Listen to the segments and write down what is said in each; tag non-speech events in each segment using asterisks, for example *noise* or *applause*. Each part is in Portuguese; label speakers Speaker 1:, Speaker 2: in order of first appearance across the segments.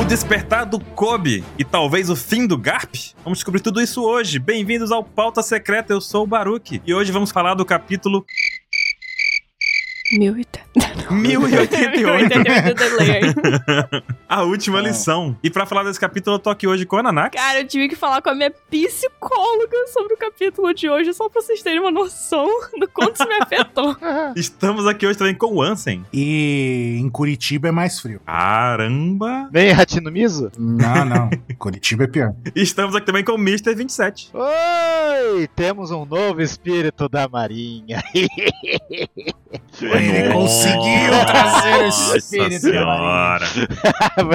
Speaker 1: O despertar do Kobe e talvez o fim do Garp? Vamos descobrir tudo isso hoje. Bem-vindos ao Pauta Secreta, eu sou o Baruque e hoje vamos falar do capítulo
Speaker 2: 1080.
Speaker 1: 1088,
Speaker 2: 1088 do Layer.
Speaker 1: a última lição. E pra falar desse capítulo, eu tô aqui hoje com a Nanak.
Speaker 2: Cara, eu tive que falar com a minha psicóloga sobre o capítulo de hoje, só pra vocês terem uma noção do quanto isso me afetou.
Speaker 1: Estamos aqui hoje também com o Ansem.
Speaker 3: E em Curitiba é mais frio.
Speaker 1: Caramba!
Speaker 4: Vem, Ratinho Miso?
Speaker 3: Não, não. Curitiba é pior.
Speaker 1: Estamos aqui também com o Mr. 27.
Speaker 4: Oi! Temos um novo espírito da marinha. *laughs*
Speaker 3: Ele conseguiu trazer esse espírito.
Speaker 1: Nossa senhora!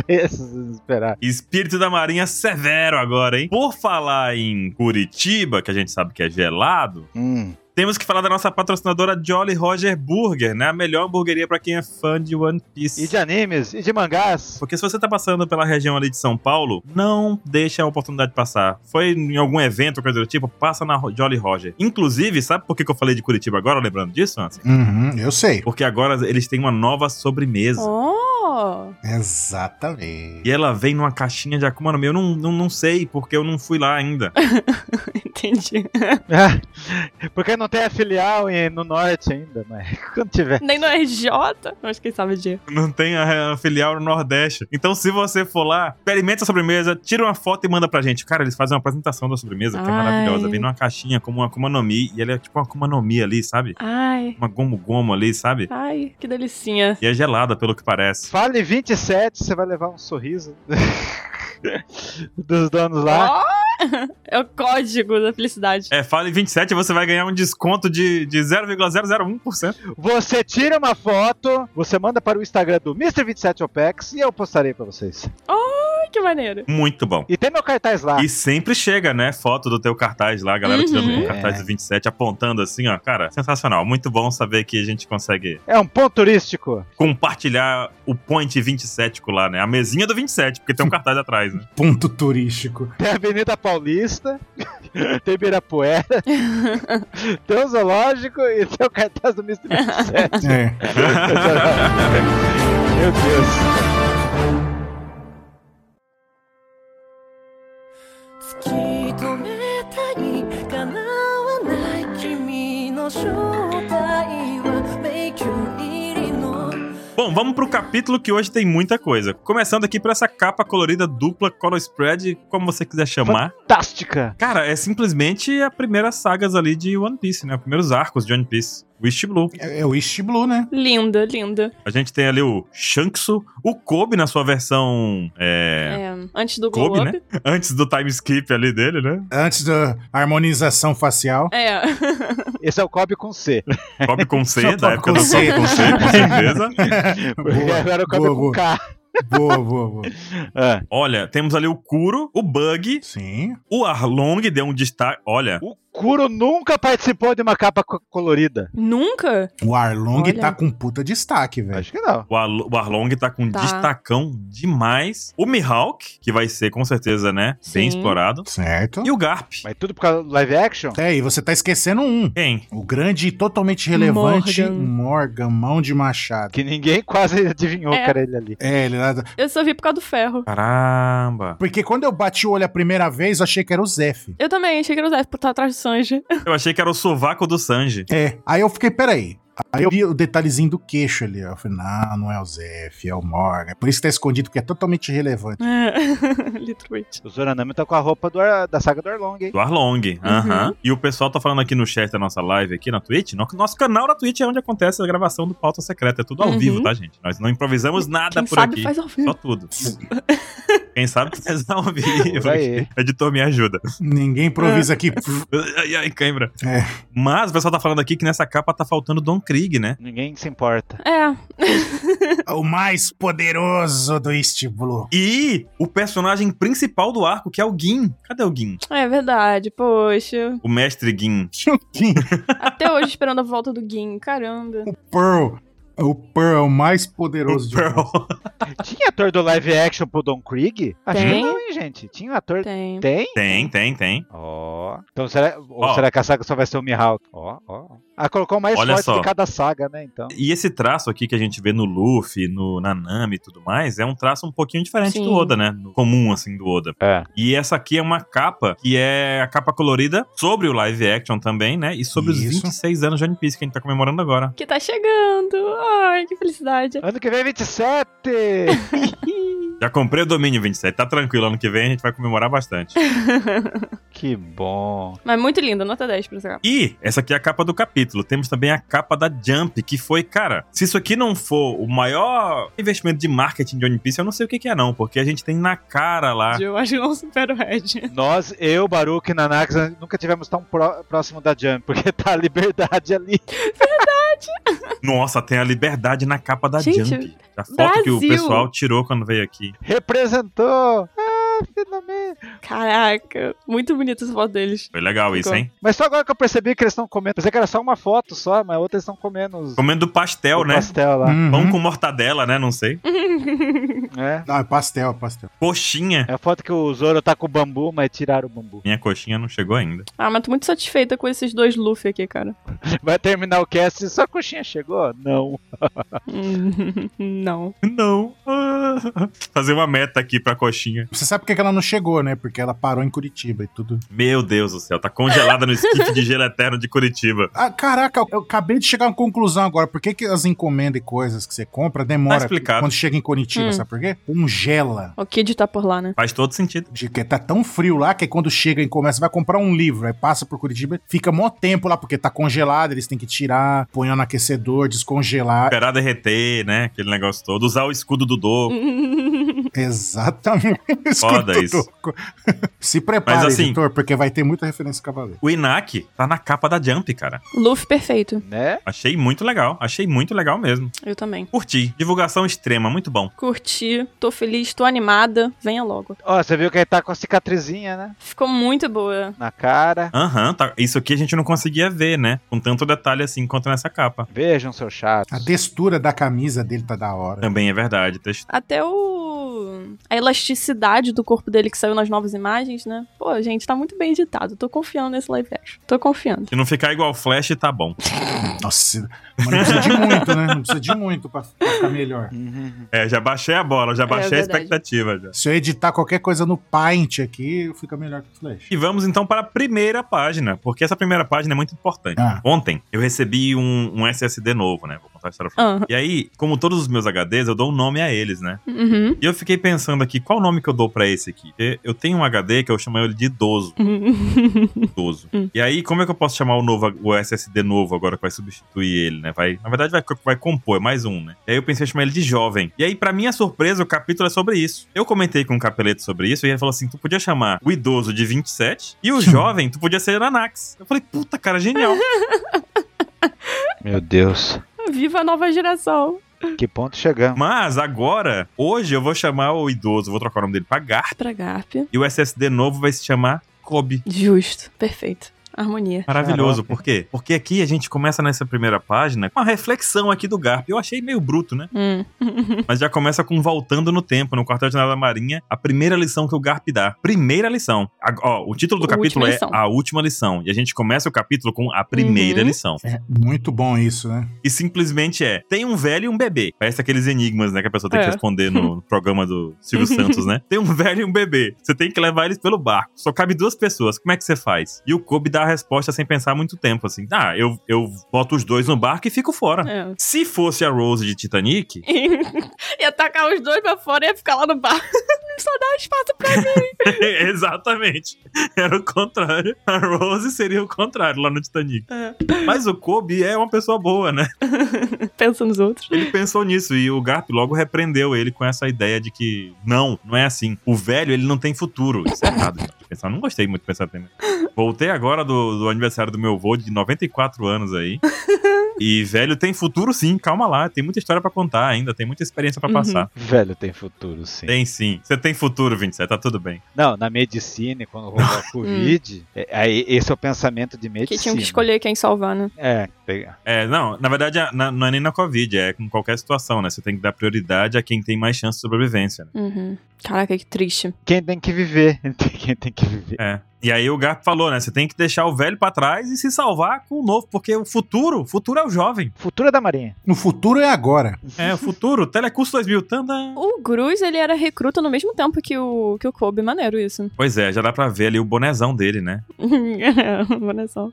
Speaker 4: Preciso esperar.
Speaker 1: Espírito da Marinha severo agora, hein? Por falar em Curitiba, que a gente sabe que é gelado,
Speaker 4: Hum.
Speaker 1: temos que falar da nossa patrocinadora Jolly Roger Burger, né? A melhor hamburgueria pra quem é fã de One Piece.
Speaker 4: E de animes? E de mangás? *laughs*
Speaker 1: Porque se você tá passando pela região ali de São Paulo, não deixa a oportunidade passar. Foi em algum evento, coisa do tipo, passa na Ro- Jolly Roger. Inclusive, sabe por que que eu falei de Curitiba agora, lembrando disso, Anson?
Speaker 3: Uhum, eu sei.
Speaker 1: Porque agora eles têm uma nova sobremesa.
Speaker 2: *laughs* Oh!
Speaker 3: Exatamente.
Speaker 1: E ela vem numa caixinha de Akuma no Mi. Eu não, não, não sei, porque eu não fui lá ainda.
Speaker 2: *laughs* Entendi.
Speaker 4: Ah, Porque não tem a filial em- no norte ainda, mas *laughs* quando tiver.
Speaker 2: Nem no RJ? Acho que ele sabe de.
Speaker 1: Não tem a, a filial no Nordeste. Então, se você for lá, experimenta a sobremesa, tira uma foto e manda pra gente. Cara, eles fazem uma apresentação da sobremesa, que é
Speaker 2: Ai.
Speaker 1: maravilhosa. Vem numa caixinha como uma Akuma no Mi. E ela é tipo uma Akuma no Mi ali, sabe?
Speaker 2: Ai,
Speaker 1: Uma gomo-gomo ali, sabe?
Speaker 2: ai, que delicinha.
Speaker 1: E é gelada, pelo que parece.
Speaker 4: Fale 27, você vai levar um sorriso *laughs* dos donos lá.
Speaker 2: Oh! É o código da felicidade.
Speaker 1: É, fale 27 você vai ganhar um desconto de, de 0,001%.
Speaker 4: Você tira uma foto, você manda para o Instagram do Mr27OPEX e eu postarei para vocês.
Speaker 2: Ai, que maneiro.
Speaker 1: Muito bom.
Speaker 4: E tem meu cartaz lá.
Speaker 1: E sempre chega, né? Foto do teu cartaz lá, a galera
Speaker 2: Uhum.
Speaker 1: tirando o
Speaker 4: É.
Speaker 1: cartaz do 27, apontando assim, ó. Cara, sensacional. Muito bom saber que a gente consegue
Speaker 4: É um ponto turístico.
Speaker 1: compartilhar o point 27 lá, né? A mesinha do 27, porque tem um cartaz atrás, né? *laughs*
Speaker 3: Ponto turístico.
Speaker 4: Tem a Avenida Paulista, *laughs*
Speaker 2: *laughs*
Speaker 4: tem Ibirapuera, tem o Zoológico e tem o cartaz do Mr. 27.
Speaker 3: É.
Speaker 4: Meu Deus.
Speaker 5: 突き止めたい叶わない君の正体は迷宮入りの
Speaker 1: Bom, vamos pro capítulo que hoje tem muita coisa. Começando aqui por essa capa colorida dupla, color spread, como você quiser chamar.
Speaker 4: Fantástica.
Speaker 1: Cara, é simplesmente a primeira sagas ali de One Piece, né? Os primeiros arcos de One Piece. Wish Blue.
Speaker 3: É é o East Blue, né?
Speaker 2: Linda, linda.
Speaker 1: A gente tem ali o Shanksu, o Kobe na sua versão é,
Speaker 2: É, antes do
Speaker 1: Kobe,
Speaker 2: Globo.
Speaker 1: né? antes do time skip ali dele, né?
Speaker 3: Antes da harmonização facial.
Speaker 2: É. *laughs*
Speaker 4: Esse é o Cobb com
Speaker 3: *laughs*
Speaker 4: C.
Speaker 1: Kobe com C,
Speaker 3: Só
Speaker 1: da
Speaker 3: Kobe
Speaker 1: época
Speaker 3: com
Speaker 1: do Kobe
Speaker 3: C.
Speaker 1: com C, com certeza.
Speaker 4: Porque
Speaker 3: Boa,
Speaker 4: agora é o Cobb
Speaker 3: boa,
Speaker 4: com
Speaker 3: boa. É.
Speaker 4: K.
Speaker 3: Boa, boa, boa.
Speaker 4: Ah,
Speaker 1: Olha, temos ali o Kuro, o Bug,
Speaker 3: Sim.
Speaker 1: o Arlong deu um destaque. Olha,
Speaker 4: O Kuro nunca participou de uma capa co- colorida.
Speaker 2: Nunca?
Speaker 3: O Arlong
Speaker 2: Olha.
Speaker 3: tá com puta destaque, velho.
Speaker 4: Acho que não.
Speaker 1: O, Al- o Arlong tá com um
Speaker 2: Tá.
Speaker 1: destacão demais. O Mihawk, que vai ser com certeza, né? Bem
Speaker 2: Sim.
Speaker 1: explorado.
Speaker 3: Certo.
Speaker 1: E o Garp.
Speaker 4: Mas tudo por causa do live action?
Speaker 3: É, e você tá esquecendo um.
Speaker 1: Quem?
Speaker 3: O grande e totalmente relevante
Speaker 2: Morgan.
Speaker 3: Morgan, Mão de Machado.
Speaker 4: Que ninguém quase *laughs* adivinhou,
Speaker 2: É.
Speaker 4: cara, ele ali.
Speaker 3: É, ele lá.
Speaker 2: Eu só vi por causa do ferro.
Speaker 1: Caramba.
Speaker 3: Porque quando eu bati o olho a primeira vez, eu achei que era o Zef.
Speaker 2: Eu também, achei que era o Zé por estar atrás do Sanji. *laughs*
Speaker 1: Eu achei que era o sovaco do Sanji.
Speaker 3: É. Aí eu fiquei, peraí. Aí eu vi o detalhezinho do queixo ali. ó. Eu falei, não, não é o Zef, é o Morgan. Por isso que tá escondido, porque é totalmente irrelevante.
Speaker 2: É, Literalmente.
Speaker 4: O Zoranami tá com a roupa do Ar- da saga do Arlong, hein?
Speaker 1: Do Arlong.
Speaker 2: Uhum.
Speaker 1: Aham. E o pessoal tá falando aqui no chat da nossa live aqui na Twitch. No- Nosso canal na Twitch é onde acontece a gravação do Pauta Secreta. É tudo ao
Speaker 2: Uhum.
Speaker 1: vivo, tá, gente? Nós não improvisamos nada
Speaker 2: Quem
Speaker 1: por
Speaker 2: sabe
Speaker 1: aqui.
Speaker 2: faz ao
Speaker 1: Só
Speaker 2: vivo.
Speaker 1: tudo. Quem sabe faz ao vivo.
Speaker 4: Por aí.
Speaker 1: Editor, me ajuda.
Speaker 3: Ninguém improvisa aqui. *laughs* Pff,
Speaker 1: *laughs* Ai, ai, cãibra.
Speaker 3: É.
Speaker 1: Mas o pessoal tá falando aqui que nessa capa tá faltando Don Krieg, né?
Speaker 4: Ninguém se importa.
Speaker 2: É,
Speaker 3: o mais poderoso do East Blue. *laughs*
Speaker 1: E o personagem principal do arco, que é o Gin. Cadê o Gin?
Speaker 2: é verdade, poxa.
Speaker 1: O mestre Gin.
Speaker 2: Até hoje esperando a volta do Gin, caramba.
Speaker 3: Pearl. O Pearl é o mais poderoso de
Speaker 1: Pearl. *laughs*
Speaker 4: Tinha ator do live action pro Don Krieg? Acho
Speaker 2: Tem.
Speaker 4: que não, hein, gente? Tinha um ator.
Speaker 2: Tem.
Speaker 4: Tem?
Speaker 1: Tem, tem, tem.
Speaker 4: Ó. Então será, ou
Speaker 1: Ó.
Speaker 4: será que a saga só vai ser o Mihawk? Ó, ó. ó. Ah, colocou o mais
Speaker 1: Olha
Speaker 4: forte
Speaker 1: só.
Speaker 4: de cada saga, né? Então.
Speaker 1: E esse traço aqui que a gente vê no Luffy, no Nanami e tudo mais, é um traço um pouquinho diferente
Speaker 2: Sim.
Speaker 1: do Oda, né? No comum, assim, do Oda.
Speaker 4: É.
Speaker 1: E essa aqui é uma capa que é a capa colorida sobre o live action também, né? E sobre os
Speaker 3: Isso.
Speaker 1: 26 anos de One Piece que a gente tá comemorando agora.
Speaker 2: Que tá chegando. Ai, que felicidade.
Speaker 4: Ano que vem 27!
Speaker 1: Já comprei o domínio 27, tá tranquilo. Ano que vem a gente vai comemorar bastante.
Speaker 4: *laughs* que bom.
Speaker 2: Mas muito lindo, nota 10 pra essa
Speaker 1: E essa aqui é a capa do capítulo. Temos também a capa da Jump, que foi, cara, se isso aqui não for o maior investimento de marketing de One Piece, eu não sei o que, que é, não, porque a gente tem na cara lá.
Speaker 2: Eu acho que não supera o Red.
Speaker 4: Nós, eu, Baruch e Nanax, nunca tivemos tão pró- próximo da Jump, *laughs* porque tá a liberdade ali.
Speaker 1: Nossa, tem a liberdade na capa da
Speaker 2: Gente,
Speaker 1: Jump. A foto que o
Speaker 2: Brasil.
Speaker 1: pessoal tirou quando veio aqui.
Speaker 4: Representou! Ah, finalmente!
Speaker 2: Caraca, muito bonita essa foto deles.
Speaker 1: Foi legal isso,
Speaker 2: Ficou.
Speaker 1: hein?
Speaker 4: Mas só agora que eu percebi que eles estão comendo. Pensei que era só uma foto só, mas outra eles estão comendo os
Speaker 1: Comendo pastel,
Speaker 4: o
Speaker 1: né?
Speaker 4: pastel lá.
Speaker 3: Uhum.
Speaker 1: Pão com mortadela, né? Não sei.
Speaker 4: É.
Speaker 3: Não, é pastel, é pastel.
Speaker 1: Coxinha.
Speaker 4: é a foto que o Zoro tá com o bambu, mas tiraram o bambu.
Speaker 1: Minha coxinha não chegou ainda.
Speaker 2: Ah, mas tô muito satisfeita com esses dois Luffy aqui, cara. *laughs*
Speaker 4: Vai terminar o cast e sua coxinha chegou? Não.
Speaker 2: Hum, não.
Speaker 1: Não. Ah. *laughs* Fazer uma meta aqui pra coxinha.
Speaker 3: Você sabe por que que ela não chegou, né? Porque ela parou em Curitiba e tudo.
Speaker 1: Meu Deus do céu, tá congelada no esquife de gelo eterno de Curitiba.
Speaker 3: Ah, caraca, eu- eu acabei de chegar a uma conclusão agora. Por que, que as encomendas e coisas que você compra demora
Speaker 1: Tá explicado.
Speaker 3: quando chega em Curitiba,
Speaker 2: Hum.
Speaker 3: sabe por quê? Congela.
Speaker 2: O Kid tá por lá, né? *laughs*
Speaker 1: Faz todo sentido.
Speaker 3: De que tá tão frio lá que quando chega e começa, vai comprar um livro, aí passa por Curitiba, fica mó tempo lá, porque tá congelado, eles têm que tirar, põe no aquecedor, descongelar.
Speaker 1: *laughs* Esperar derreter, né? Aquele negócio todo. Usar o escudo do Dogo.
Speaker 3: Exatamente.
Speaker 1: Foda
Speaker 3: Escuta,
Speaker 1: isso.
Speaker 3: Toco. *laughs* Se prepara,
Speaker 1: Mas assim-
Speaker 3: editor, porque vai ter muita referência a cavaleiro.
Speaker 1: O Inaki tá na capa da Jump, cara.
Speaker 2: Luffy perfeito.
Speaker 4: Né?
Speaker 1: Achei muito legal. Achei muito legal mesmo.
Speaker 2: Eu também.
Speaker 1: Curti. Divulgação extrema, muito bom.
Speaker 2: Curti, tô feliz, tô animada. Venha logo.
Speaker 4: Ó, você viu que ele tá com a cicatrizinha, né?
Speaker 2: Ficou muito boa.
Speaker 4: Na cara.
Speaker 1: Aham, tá- isso aqui a gente não conseguia ver, né? Com tanto detalhe assim quanto nessa capa.
Speaker 4: Vejam, seu chato.
Speaker 3: A textura da camisa dele tá da hora.
Speaker 1: Também é verdade. Tex-
Speaker 2: Até o. a elasticidade do corpo dele que saiu nas novas imagens, né? Pô, gente, tá muito bem editado. Tô confiando nesse live action. Tô confiando.
Speaker 1: Se não ficar igual Flash, tá bom.
Speaker 3: Nossa, mas não precisa de muito, né? Não precisa de muito pra, pra ficar melhor.
Speaker 4: Uhum.
Speaker 1: É, já baixei a bola, já baixei a
Speaker 2: verdade.
Speaker 1: expectativa já.
Speaker 3: Se eu editar qualquer coisa no Paint aqui, fica melhor que o Flash.
Speaker 1: E vamos então para a primeira página, porque essa primeira página é muito importante.
Speaker 3: Ah.
Speaker 1: Ontem eu recebi um, um SSD novo, né? Vou contar a história. pra
Speaker 2: Ah.
Speaker 1: vocês. E aí, como todos os meus HDs, eu dou um nome a eles, né?
Speaker 2: Uhum.
Speaker 1: E eu fiquei pensando aqui, qual o nome que eu dou pra esse aqui? Porque Eu tenho um HD que eu chamo ele de idoso. idoso. E aí, como é que eu posso chamar o novo, o SSD novo agora que vai substituir ele, né? Vai, na verdade, vai, vai compor, é mais um, né? E aí eu pensei em chamar ele de jovem. E aí, pra minha surpresa, o capítulo é sobre isso. Eu comentei com o Capeleto sobre isso e ele falou assim: tu podia chamar o idoso de 27 e o jovem, tu podia ser Anax. Eu falei, puta, cara, genial.
Speaker 4: Meu Deus.
Speaker 2: *laughs* Viva a nova geração.
Speaker 4: Que ponto chegamos?
Speaker 1: Mas agora, hoje eu vou chamar o idoso, vou trocar o nome dele pra Gar,
Speaker 2: Pra Garp.
Speaker 1: e o SSD novo vai se chamar Kobe.
Speaker 2: Justo. Perfeito. Harmonia.
Speaker 1: Maravilhoso,
Speaker 4: Caraca.
Speaker 1: por quê? Porque aqui a gente começa nessa primeira página com a reflexão aqui do Garp. Eu achei meio bruto,
Speaker 2: *laughs*
Speaker 1: né?
Speaker 2: Hum.
Speaker 1: Mas já começa com voltando no tempo, no quartel general da Marinha, a primeira lição que o Garp dá. Primeira lição. A- ó, o título do
Speaker 2: A
Speaker 1: capítulo
Speaker 2: última
Speaker 1: é
Speaker 2: lição.
Speaker 1: A Última Lição. E a gente começa o capítulo com a primeira
Speaker 2: Uhum.
Speaker 1: lição.
Speaker 3: É muito bom isso, né?
Speaker 1: E simplesmente é: tem um velho e um bebê. Parece aqueles enigmas, né? Que a pessoa tem que
Speaker 2: É.
Speaker 1: responder
Speaker 2: *laughs*
Speaker 1: no programa do Silvio Santos, né? Tem um velho e um bebê. Você tem que levar eles pelo barco. Só cabe duas pessoas. Como é que você faz? E o Kobe dá a resposta sem pensar muito tempo, assim: ah, eu, eu boto os dois no barco e fico fora.
Speaker 2: É. *laughs*
Speaker 1: Se fosse a Rose de Titanic, *laughs*
Speaker 2: ia tacar os dois pra fora e ia ficar lá no bar. *laughs* Só dá espaço pra
Speaker 1: exatamente. Era o contrário. A Rose seria o contrário lá no Titanic.
Speaker 2: É.
Speaker 1: Mas o Kobe é uma pessoa boa, né?
Speaker 2: Pensa nos outros.
Speaker 1: Ele pensou nisso e o Garp logo repreendeu ele com essa ideia de que não, não é assim. O velho, ele não tem futuro. Isso é errado. gente. Pensar, não gostei muito dessa tema. Voltei agora do, do aniversário do meu avô de 94 anos aí. E velho tem futuro sim, calma lá, tem muita história pra contar ainda, tem muita experiência pra
Speaker 2: Uhum.
Speaker 1: passar.
Speaker 4: *laughs* Velho, tem futuro, sim.
Speaker 1: Tem sim. Você tem futuro, 27, tá tudo bem.
Speaker 4: Não, na medicina, e quando rolou *laughs* a Covid, é- aí esse é o pensamento de medicina.
Speaker 2: Que tinham que escolher quem salvar, né?
Speaker 4: É, pega-
Speaker 1: É, não, na verdade a- na- não é nem na Covid, é com qualquer situação, né? Você tem que dar prioridade a quem tem mais chance de sobrevivência. né?
Speaker 2: Uhum. Caraca, que triste.
Speaker 4: Quem tem que viver? *laughs* Quem tem que viver?
Speaker 1: É. E aí o Garp falou, né? Você tem que deixar o velho pra trás e se salvar com o novo, porque o futuro, o futuro é o jovem.
Speaker 4: Futura da Marinha.
Speaker 3: No futuro é agora.
Speaker 1: É, o futuro, Telecurso 2000, tanda.
Speaker 2: O Gruz, ele era recruta no mesmo tempo que o, que o Kobe. Maneiro isso. *laughs*
Speaker 1: Pois é, já dá pra ver ali o bonezão dele, né?
Speaker 2: Olha só.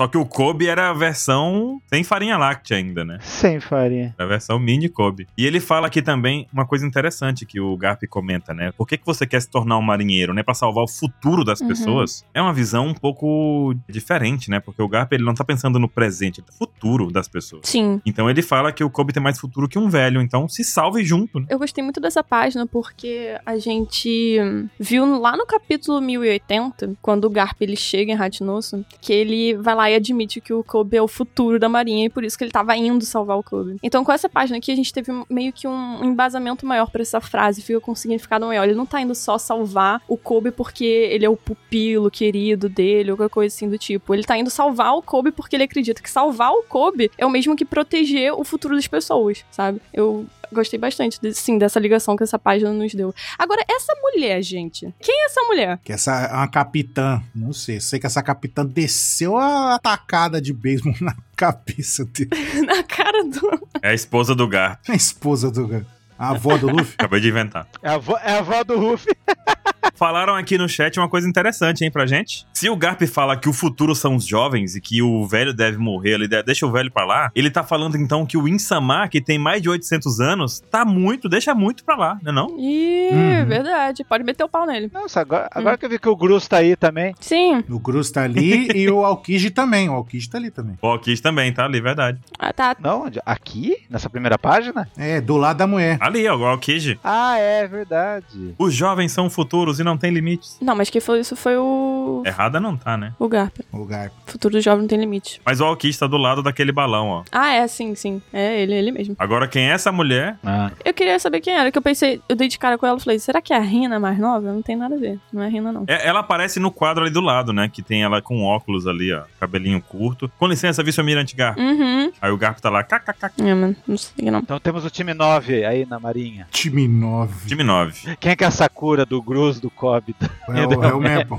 Speaker 1: Só que o Kobe era a versão sem farinha láctea ainda, né?
Speaker 4: Sem farinha.
Speaker 1: Era a versão mini Kobe. E ele fala aqui também uma coisa interessante que o Garp comenta, né? Por que, que você quer se tornar um marinheiro, né? Pra salvar o futuro das pessoas? É uma visão um pouco diferente, né? Porque o Garp, ele não tá pensando no presente, ele tá no futuro das pessoas.
Speaker 2: Sim.
Speaker 1: Então ele fala que o Kobe tem mais futuro que um velho, então se salve junto, né?
Speaker 2: Eu gostei muito dessa página porque a gente viu lá no capítulo 1080, quando o Garp ele chega em Ratinoso, que ele vai lá e admite que o Kobe é o futuro da marinha e por isso que ele tava indo salvar o Kobe. Então com essa página aqui a gente teve meio que um embasamento maior pra essa frase, fica com um significado maior. Ele não tá indo só salvar o Kobe porque ele é o pupilo querido dele, ou qualquer coisa assim do tipo. Ele tá indo salvar o Kobe porque ele acredita que salvar o Kobe é o mesmo que proteger o futuro das pessoas, sabe? Eu gostei bastante, de- sim, dessa ligação que essa página nos deu. Agora, essa mulher, gente. Quem é essa mulher? *laughs*
Speaker 3: Que essa é uma capitã, não sei, sei que essa capitã desceu a atacada de beisebol *laughs* na cabeça dele.
Speaker 2: Na cara do.
Speaker 1: É a esposa do Garp.
Speaker 3: A esposa do. A avó do Luffy?
Speaker 1: Acabei de inventar.
Speaker 4: É a avó, é a avó do Ruffy.
Speaker 1: *laughs* Falaram aqui no chat uma coisa interessante, hein, pra gente. Se o Garp fala que o futuro são os jovens e que o velho deve morrer, ele de- deixa o velho pra lá, ele tá falando então que o Insamar, que tem mais de 800 anos, tá muito, deixa muito pra lá, né não?
Speaker 2: Ih,
Speaker 3: Uhum.
Speaker 2: verdade. Pode meter o pau nele.
Speaker 4: Nossa, agora, agora que eu vi que o Grus tá aí também.
Speaker 2: Sim.
Speaker 3: O Cruz tá ali e o Alkiji também. O Alkiji tá ali também.
Speaker 1: O Alkis também, tá ali, verdade.
Speaker 2: Ah, tá.
Speaker 4: Não, onde? aqui? Nessa primeira página?
Speaker 3: É, do lado da mulher.
Speaker 1: Tá Ali, ó, o Alkis.
Speaker 4: Ah, é verdade.
Speaker 1: Os jovens são futuros e não tem limites.
Speaker 2: Não, mas quem falou isso foi o.
Speaker 1: Errada não tá, né?
Speaker 2: O Garp.
Speaker 3: O Garp.
Speaker 2: Futuro do jovem não tem limite.
Speaker 1: Mas o Alkis tá do lado daquele balão, ó.
Speaker 2: Ah, é, sim, sim. É ele, ele mesmo.
Speaker 1: Agora, quem é essa mulher?
Speaker 4: Ah.
Speaker 2: Eu queria saber quem era, que eu pensei, eu dei de cara com ela e falei, será que é a Rina mais nova? Não tem nada a ver. Não é a Rina, não.
Speaker 1: É, ela aparece no quadro ali do lado, né? Que tem ela com óculos ali, ó. Cabelinho curto. Com licença, vice-almirante Garp.
Speaker 2: Uhum.
Speaker 1: Aí o Garp tá lá, kkkk.
Speaker 2: É, mas não sei não.
Speaker 4: Então temos o time 9 aí na Marinha.
Speaker 3: Time 9.
Speaker 1: Time 9.
Speaker 4: Quem é que é a Sakura do Grus, do *laughs* Kobe?
Speaker 3: É o, é o Maple.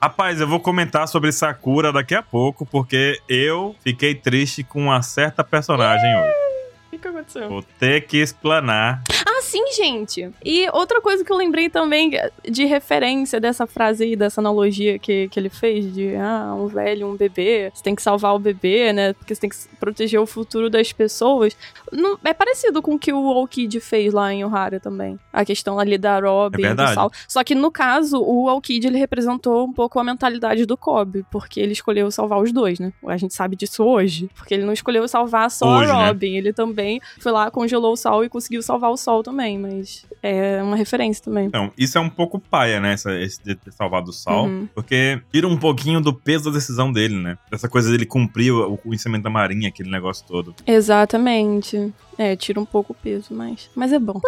Speaker 1: Rapaz, eu vou comentar sobre Sakura daqui a pouco, porque eu fiquei triste com uma certa personagem hoje.
Speaker 2: O que, que aconteceu?
Speaker 1: Vou ter que explanar.
Speaker 2: Ah, sim, gente. E outra coisa que eu lembrei também de referência dessa frase aí, dessa analogia que, que ele fez de ah, um velho, um bebê, você tem que salvar o bebê, né? Porque você tem que proteger o futuro das pessoas. Não- é parecido com o que o Alkid fez lá em Ohara também. A questão ali da Robin,
Speaker 1: É verdade.
Speaker 2: do Sal. Só que no caso, o Alkid ele representou um pouco a mentalidade do Kobe, porque ele escolheu salvar os dois, né? A gente sabe disso hoje, porque ele não escolheu salvar só
Speaker 1: Hoje, né?
Speaker 2: a Robin, ele também foi lá, congelou o sol e conseguiu salvar o sol também, mas é uma referência também.
Speaker 1: Então, isso é um pouco paia, né? Essa, esse de ter salvado o Sal.
Speaker 2: Uhum.
Speaker 1: Porque tira um pouquinho do peso da decisão dele, né? Essa coisa dele cumprir o, o conhecimento da marinha, aquele negócio todo.
Speaker 2: Exatamente. É, tira um pouco o peso, mas, mas é bom.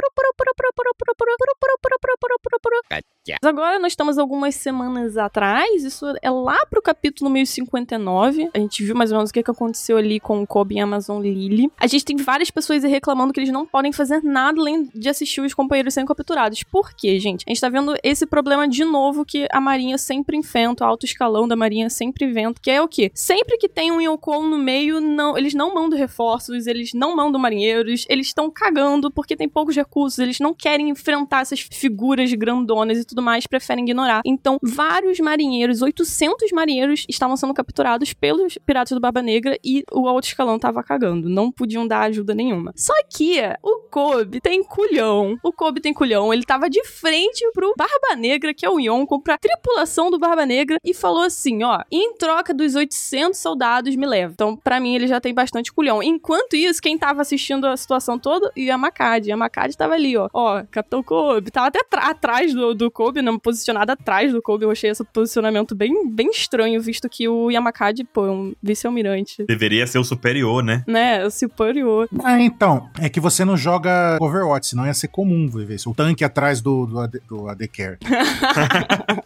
Speaker 2: Mas Agora nós estamos algumas semanas atrás, isso é lá pro capítulo 1059. A gente viu mais ou menos o que, que aconteceu ali com o Kobe e a Amazon Lily. A gente tem várias pessoas aí reclamando que eles não podem fazer nada além de assistir os companheiros sendo capturados. Por quê, gente? A gente tá vendo esse problema de novo que a Marinha sempre enfrenta, o alto escalão da Marinha sempre inventa, que é o quê? Sempre que tem um Yoko no meio, não, eles não mandam reforços, eles não mandam marinheiros, eles estão cagando porque tem poucos recursos, eles não querem enfrentar essas figuras grandonas e tudo mais, preferem ignorar. Então, vários marinheiros, 800 marinheiros, estavam sendo capturados pelos piratas do Barba Negra e o alto escalão tava cagando, não podiam dar ajuda nenhuma. Só que o Kobe tem culhão, o Kobe tem culhão, ele tava de frente pro Barba Negra, que é o Yonko, pra tripulação do Barba Negra e falou assim, ó, em troca dos 800 soldados, me leva. Então, pra mim, ele já tem bastante culhão. Enquanto isso, quem tava assistindo a situação toda, e a Makad. A Makad tava ali, ó, ó, Capitão Kobe, tava até tra- atrás do, do Kobe, não posicionada atrás do Kobe. Eu achei esse posicionamento bem, bem estranho, visto que o Yamakadi, pô, é um vice-almirante.
Speaker 1: Deveria ser o superior, né? *laughs*
Speaker 2: Né, superior. *laughs*
Speaker 3: Ah, então. É que você não joga Overwatch, senão ia ser comum, vai ver. O tanque atrás do, do, AD, do AD Carry.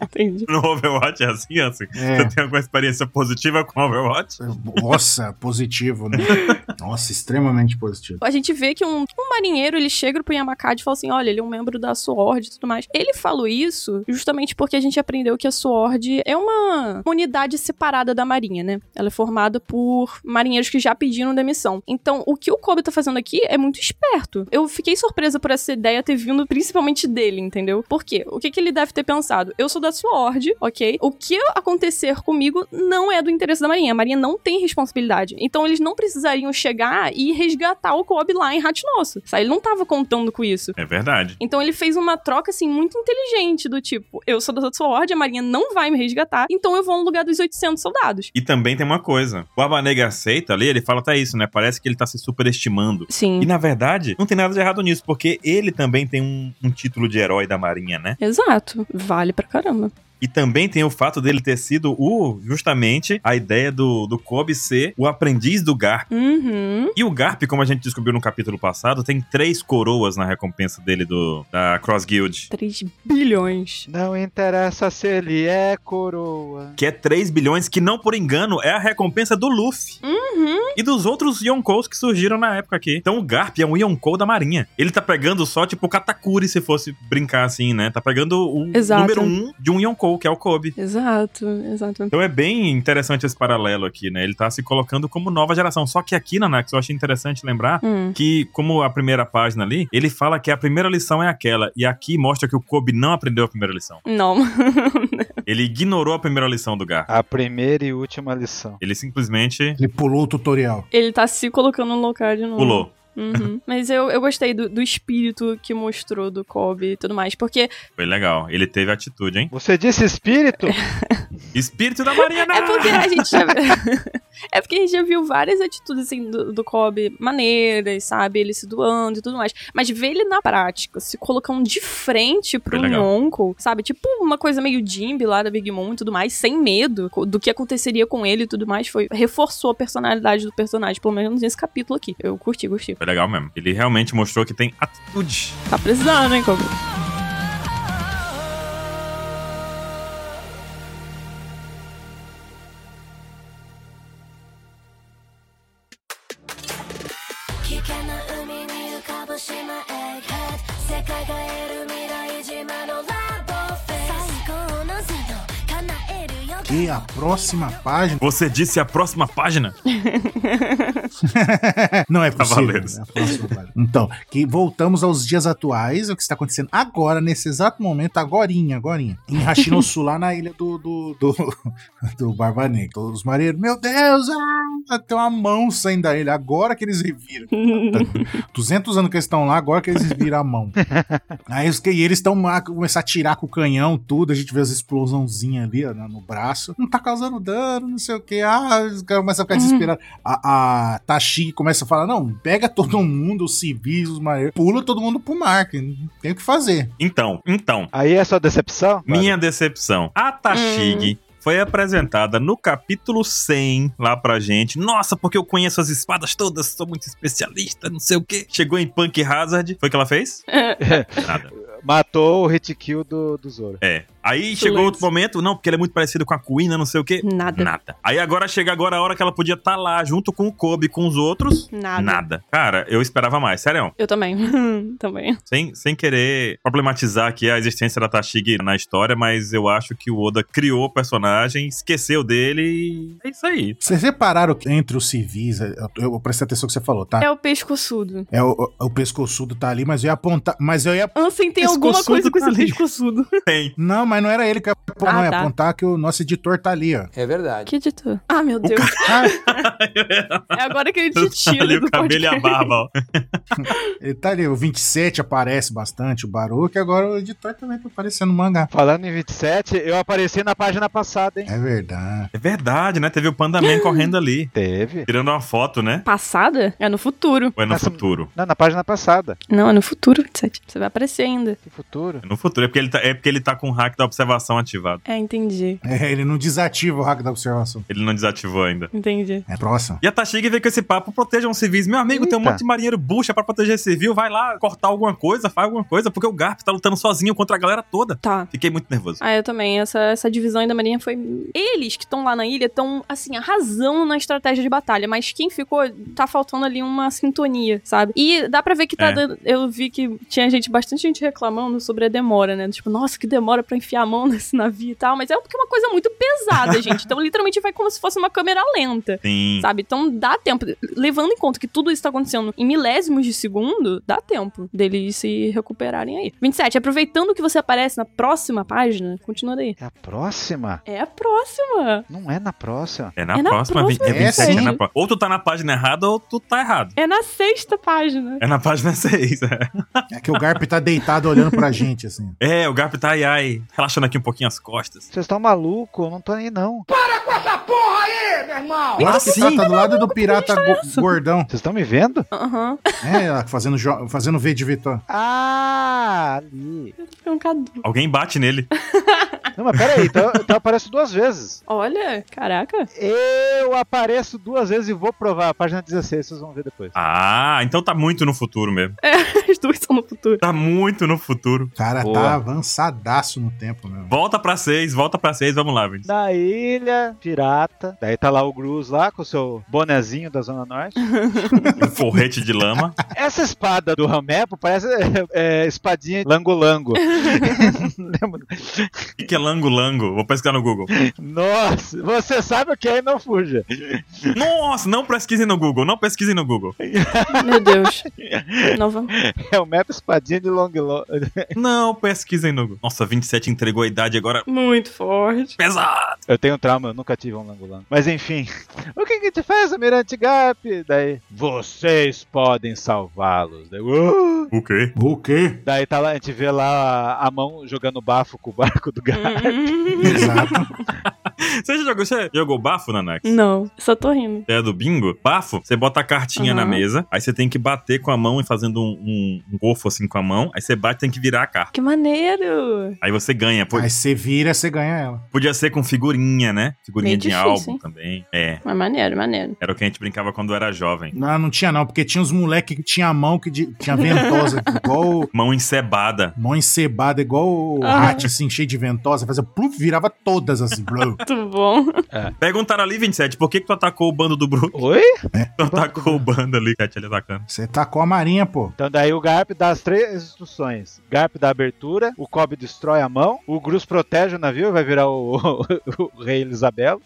Speaker 2: Entendi.
Speaker 1: No Overwatch é assim, assim.
Speaker 3: É.
Speaker 1: Você tem alguma experiência positiva com Overwatch?
Speaker 3: Nossa, positivo, né? Nossa, extremamente positivo.
Speaker 2: A gente vê que um, um marinheiro, ele chega pro Yamakade e fala assim, olha, ele é um membro da SWORD e tudo mais. Ele falou isso justamente porque a gente aprendeu que a SWORD é uma, uma unidade separada da marinha, né? Ela é formada por marinheiros que já pediram demissão. Então, o que o Kobe tá fazendo aqui é muito esperto. Eu fiquei surpresa por essa ideia ter vindo principalmente dele, entendeu? Por quê? O que, que ele deve ter pensado? Eu sou da SWORD, ok? O que acontecer comigo não é do interesse da marinha. A marinha não tem responsabilidade. Então, eles não precisariam chegar e resgatar o Kobe lá em Ratnosso. Sabe? Ele não tava contando com isso.
Speaker 1: É verdade.
Speaker 2: Então ele fez uma troca, assim, muito inteligente, do tipo, eu sou da Sword, a Marinha não vai me resgatar, então eu vou no lugar dos 800 soldados.
Speaker 1: E também tem uma coisa. O Barba Negra aceita ali, ele fala até isso, né? Parece que ele tá se superestimando.
Speaker 2: Sim.
Speaker 1: E na verdade, não tem nada de errado nisso, porque ele também tem um, um título de herói da marinha, né?
Speaker 2: Exato. Vale pra caramba.
Speaker 1: E também tem o fato dele ter sido o justamente a ideia do, do Kobe ser o aprendiz do Garp.
Speaker 2: Uhum.
Speaker 1: E o Garp, como a gente descobriu no capítulo passado, tem três coroas na recompensa dele do, da Cross Guild.
Speaker 2: 3 bilhões.
Speaker 4: Não interessa se ele é coroa.
Speaker 1: Que é 3 bilhões, que não por engano é a recompensa do Luffy
Speaker 2: Uhum.
Speaker 1: e dos outros Yonkous que surgiram na época aqui. Então o Garp é um Yonkou da Marinha. Ele tá pegando só, tipo, o Katakuri, se fosse brincar assim, né? Tá pegando o
Speaker 2: Exato.
Speaker 1: número um de um Yonkou, que é o Kobe.
Speaker 2: Exato, exato.
Speaker 1: Então é bem interessante esse paralelo aqui, né? Ele tá se colocando como nova geração. Só que aqui, Nanax, eu achei interessante lembrar
Speaker 2: Hum.
Speaker 1: que, como a primeira página ali, ele fala que a primeira lição é aquela. E aqui mostra que o Kobe não aprendeu a primeira lição.
Speaker 2: Não. *laughs*
Speaker 1: Ele ignorou a primeira lição do Garp.
Speaker 4: A primeira e última lição.
Speaker 1: Ele simplesmente
Speaker 3: Ele pulou o tutorial.
Speaker 2: Ele tá se colocando no local de novo.
Speaker 1: pulou. *laughs*
Speaker 2: Uhum. Mas eu, eu gostei do, do espírito que mostrou do Kobe e tudo mais. Porque
Speaker 1: Foi legal. Ele teve atitude, hein?
Speaker 4: Você disse *laughs* espírito?
Speaker 1: Espírito da né? Marina!
Speaker 2: É porque a gente já... *laughs* é porque a gente já viu várias atitudes assim do, do Kobe maneiras, sabe? Ele se doando e tudo mais. Mas ver ele na prática, se colocando de frente pro
Speaker 1: Foi legal.
Speaker 2: Yonko, sabe? Tipo uma coisa meio Jimby lá da Big Mom e tudo mais, sem medo co- do que aconteceria com ele e tudo mais, foi reforçou a personalidade do personagem, pelo menos nesse capítulo aqui. Eu curti, curti.
Speaker 1: Foi legal mesmo. Ele realmente mostrou que tem atitude.
Speaker 2: Tá precisando, hein, Kobe?
Speaker 5: 「危険な海に浮かぶ島エッグヘッド」「世界が得る未来島のラボフェス」「最高の水道叶えるよ」
Speaker 3: E a próxima página.
Speaker 1: Você disse a próxima página?
Speaker 3: Não é possível.
Speaker 1: Cavaleiros.
Speaker 3: É a próxima página. Então, que voltamos aos dias atuais, o que está acontecendo agora, nesse exato momento, agorinha, agorinha. Em Hashinosu, lá na ilha do, do, do, *laughs* do Barba Negra. Todos os marinheiros, meu Deus, ah, tem uma mão saindo da ilha, agora que eles reviram. 200 anos que eles estão lá, agora que eles viram a mão. Aí os que- e eles estão lá, começar a tirar com o canhão, tudo. A gente vê as explosãozinhas ali ó, na- no braço. Não tá causando dano, não sei o que. Ah, os caras começam a ficar desesperados. A, a Tashi começa a falar: não, pega todo *laughs* mundo, os civis, os marinheiros, pula todo mundo pro mar, que não tem o que fazer.
Speaker 1: Então, então.
Speaker 4: Aí é só decepção?
Speaker 1: Minha decepção. A Tashig
Speaker 2: Hum.
Speaker 1: foi apresentada no capítulo 100 lá pra gente. Nossa, porque eu conheço as espadas todas, sou muito especialista, não sei o quê. Chegou em Punk Hazard. Foi o que ela
Speaker 2: *laughs*
Speaker 1: fez?
Speaker 2: É.
Speaker 1: Nada.
Speaker 4: Matou o hit kill do, do Zoro.
Speaker 1: É. Aí
Speaker 2: Silêncio.
Speaker 1: chegou outro momento, não, porque ele é muito parecido com a Queen, né, não sei o quê.
Speaker 2: Nada.
Speaker 1: Nada. Aí agora chega agora a hora que ela podia estar lá junto com o Kobe, com os outros.
Speaker 2: Nada.
Speaker 1: Nada. Cara, eu esperava mais, sério.
Speaker 2: Eu também. *laughs* também.
Speaker 1: Sem, sem querer problematizar aqui a existência da Tashig na história, mas eu acho que o Oda criou o personagem, esqueceu dele e é isso aí.
Speaker 3: Vocês repararam que entre os civis, eu, eu prestei atenção no que você falou, tá?
Speaker 2: É o pescoçudo.
Speaker 3: É o, o, o pescoçudo tá ali, mas eu ia apontar. Mas eu ia.
Speaker 2: Ansem tem alguma
Speaker 1: Pescoçudo
Speaker 2: coisa com
Speaker 1: tá
Speaker 2: esse
Speaker 1: ali. *laughs*
Speaker 2: pescoçudo. *laughs*
Speaker 1: Tem.
Speaker 3: Não, mas não era ele que ia, apontar,
Speaker 2: Ah,
Speaker 3: não, eu ia
Speaker 2: tá.
Speaker 3: apontar que o nosso editor tá ali, ó.
Speaker 6: É verdade.
Speaker 2: Que editor? Ah, meu Deus.
Speaker 3: Ah,
Speaker 2: É agora
Speaker 1: *laughs*
Speaker 2: que ele te tira
Speaker 1: Ali
Speaker 2: do
Speaker 1: o cabelo e a
Speaker 2: podcast.
Speaker 1: barba, ó.
Speaker 3: Ele tá ali, o 27 aparece bastante, o Baruque, agora o editor também tá aparecendo no mangá.
Speaker 4: Falando em 27, eu apareci na página passada, hein?
Speaker 3: É verdade. *laughs*
Speaker 1: É verdade, né? Teve o Pandaman correndo ali,
Speaker 4: Teve.
Speaker 1: tirando uma foto, né?
Speaker 2: Passada? É no futuro.
Speaker 1: Ou é no
Speaker 4: Essa-
Speaker 1: futuro?
Speaker 4: Não, na página passada.
Speaker 2: Não, é no futuro, 27. Você vai aparecer ainda.
Speaker 4: Que futuro.
Speaker 1: É no futuro. É porque ele tá, é porque ele tá com o hack da observação ativado.
Speaker 2: É, entendi.
Speaker 3: É, ele não desativa o hack da observação.
Speaker 1: Ele não desativou ainda.
Speaker 2: Entendi.
Speaker 3: É próximo.
Speaker 1: E a Tashig veio com esse papo, protejam civis. Meu amigo, tem um
Speaker 4: Eita.
Speaker 1: monte de marinheiro bucha pra proteger civil, vai lá cortar alguma coisa, faz alguma coisa, porque o Garp tá lutando sozinho contra a galera toda.
Speaker 2: Tá.
Speaker 1: Fiquei muito nervoso.
Speaker 2: Ah, eu também. Essa, essa divisão aí da Marinha foi. Eles que estão lá na ilha estão, assim, arrasando na estratégia de batalha, mas quem ficou, tá faltando ali uma sintonia, sabe? E dá pra ver que tá
Speaker 1: É.
Speaker 2: dando. Eu vi que tinha gente, bastante gente reclamando sobre a demora, né? Tipo, nossa, que demora pra enfiar a mão *laughs* nesse navio e tal, mas é porque é uma coisa muito pesada, gente. Então, literalmente, vai como se fosse uma câmera lenta.
Speaker 1: Sim.
Speaker 2: Sabe? Então dá tempo. Levando em conta que tudo isso tá acontecendo em milésimos de segundo, dá tempo deles se recuperarem aí. 27. Aproveitando que você aparece na próxima página, continua daí.
Speaker 4: É a próxima?
Speaker 2: É a próxima.
Speaker 4: Não é na próxima.
Speaker 1: É na
Speaker 2: É na
Speaker 1: próxima, vi- é
Speaker 3: próxima,
Speaker 1: 27.
Speaker 3: sim.
Speaker 1: É na pró- ou tu tá na página errada ou tu tá errado.
Speaker 2: É na sexta página.
Speaker 1: É na página *laughs* 6.
Speaker 3: É que o Garp tá deitado olhando pra *laughs* gente, assim.
Speaker 1: É, o Garp tá ai ai, relaxando aqui um pouquinho as costas.
Speaker 4: Vocês estão malucos, eu não tô aí não.
Speaker 3: O Garp
Speaker 1: sim?
Speaker 3: tá do lado do pirata go- gordão.
Speaker 4: Vocês estão me vendo?
Speaker 2: Aham.
Speaker 3: É, ela fazendo, jo- fazendo V de Vitória.
Speaker 4: Ah, ali.
Speaker 2: Fica um cadu.
Speaker 1: Alguém bate nele.
Speaker 4: Não, mas peraí, então, então eu apareço duas vezes.
Speaker 2: Olha, caraca.
Speaker 4: Eu apareço duas vezes e vou provar. A página 16, vocês vão ver depois.
Speaker 1: Ah, então tá muito no futuro mesmo.
Speaker 2: *laughs* As duas são no futuro.
Speaker 1: Tá muito no futuro.
Speaker 3: O cara
Speaker 4: Boa.
Speaker 3: tá avançadaço no tempo, meu.
Speaker 1: Volta pra 6, volta pra 6, vamos lá, Vinicius.
Speaker 4: Na ilha, pirata. Daí tá lá o Gruz lá com o seu bonezinho da Zona Norte.
Speaker 1: Um forrete de lama.
Speaker 4: Essa espada do Ramepo parece é, é, espadinha lango-lango. Lembra?
Speaker 1: O que que é lango-lango? Vou pesquisar no Google.
Speaker 4: Nossa, você sabe o que é e não fuja.
Speaker 1: Nossa, não pesquisem no Google, não pesquisem no Google.
Speaker 2: Meu Deus. Nova.
Speaker 4: É o Mepo espadinha de long long.
Speaker 1: Não pesquisem no Google. Nossa, 27 entregou a idade agora.
Speaker 2: Muito forte.
Speaker 1: Pesado!
Speaker 4: Eu tenho trauma, eu nunca tive um langolango. Mas enfim. O que que te faz, Almirante Garp? Daí, vocês podem salvá-los. Daí, "Uh!"
Speaker 1: O quê?
Speaker 3: O quê?
Speaker 4: Daí tá lá, a gente vê lá a, a mão jogando bafo com o barco do Garp.
Speaker 2: Hum.
Speaker 3: Exato.
Speaker 1: Você já jogou, você jogou bafo, Nanak?
Speaker 2: *laughs* Não, só tô rindo.
Speaker 1: É do bingo? Bafo, você bota a cartinha
Speaker 2: Aham.
Speaker 1: na mesa, aí você tem que bater com a mão e fazendo um, um, um golfo assim com a mão, aí você bate e tem que virar a carta.
Speaker 2: Que maneiro.
Speaker 1: Aí você ganha. Pô,
Speaker 3: Aí você vira, você ganha ela.
Speaker 1: Podia ser com figurinha, né? Figurinha
Speaker 2: Meio
Speaker 1: de
Speaker 2: difícil,
Speaker 1: álbum
Speaker 2: hein?
Speaker 1: também. É,
Speaker 2: Mas maneiro, maneiro.
Speaker 1: era o que a gente brincava quando era jovem.
Speaker 3: Não, não tinha não, porque tinha uns moleque que tinha a mão que de- tinha ventosa, *laughs* igual
Speaker 1: Mão encebada.
Speaker 3: mão encebada, igual o
Speaker 2: Ah.
Speaker 3: rato, assim, cheio de ventosa. Fazia pluf, virava todas, assim. blu.
Speaker 2: Muito bom.
Speaker 1: Perguntaram ali, 27, por que, que tu atacou o bando do Brook?
Speaker 4: Oi?
Speaker 1: Tu atacou o bando ali, Cat, ele é atacando.
Speaker 3: Você tacou a marinha, pô.
Speaker 4: Então daí o Garp dá as três instruções. Garp dá a abertura, o Cobb destrói a mão, o Gruz protege o navio, vai virar o, *laughs* o- o rei Elisabelo.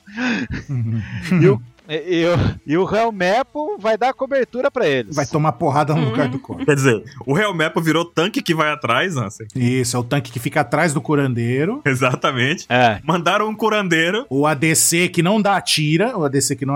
Speaker 4: E, e o- e o Real Mepo vai dar a cobertura pra eles.
Speaker 3: Vai tomar porrada um no lugar do corpo.
Speaker 1: Quer dizer, o Real Map virou tanque que vai atrás, Ansem. *laughs*
Speaker 3: Isso, é o tanque que fica atrás do curandeiro.
Speaker 1: Exatamente.
Speaker 4: É.
Speaker 1: Mandaram um curandeiro.
Speaker 3: O ADC que não dá atira, o ADC que não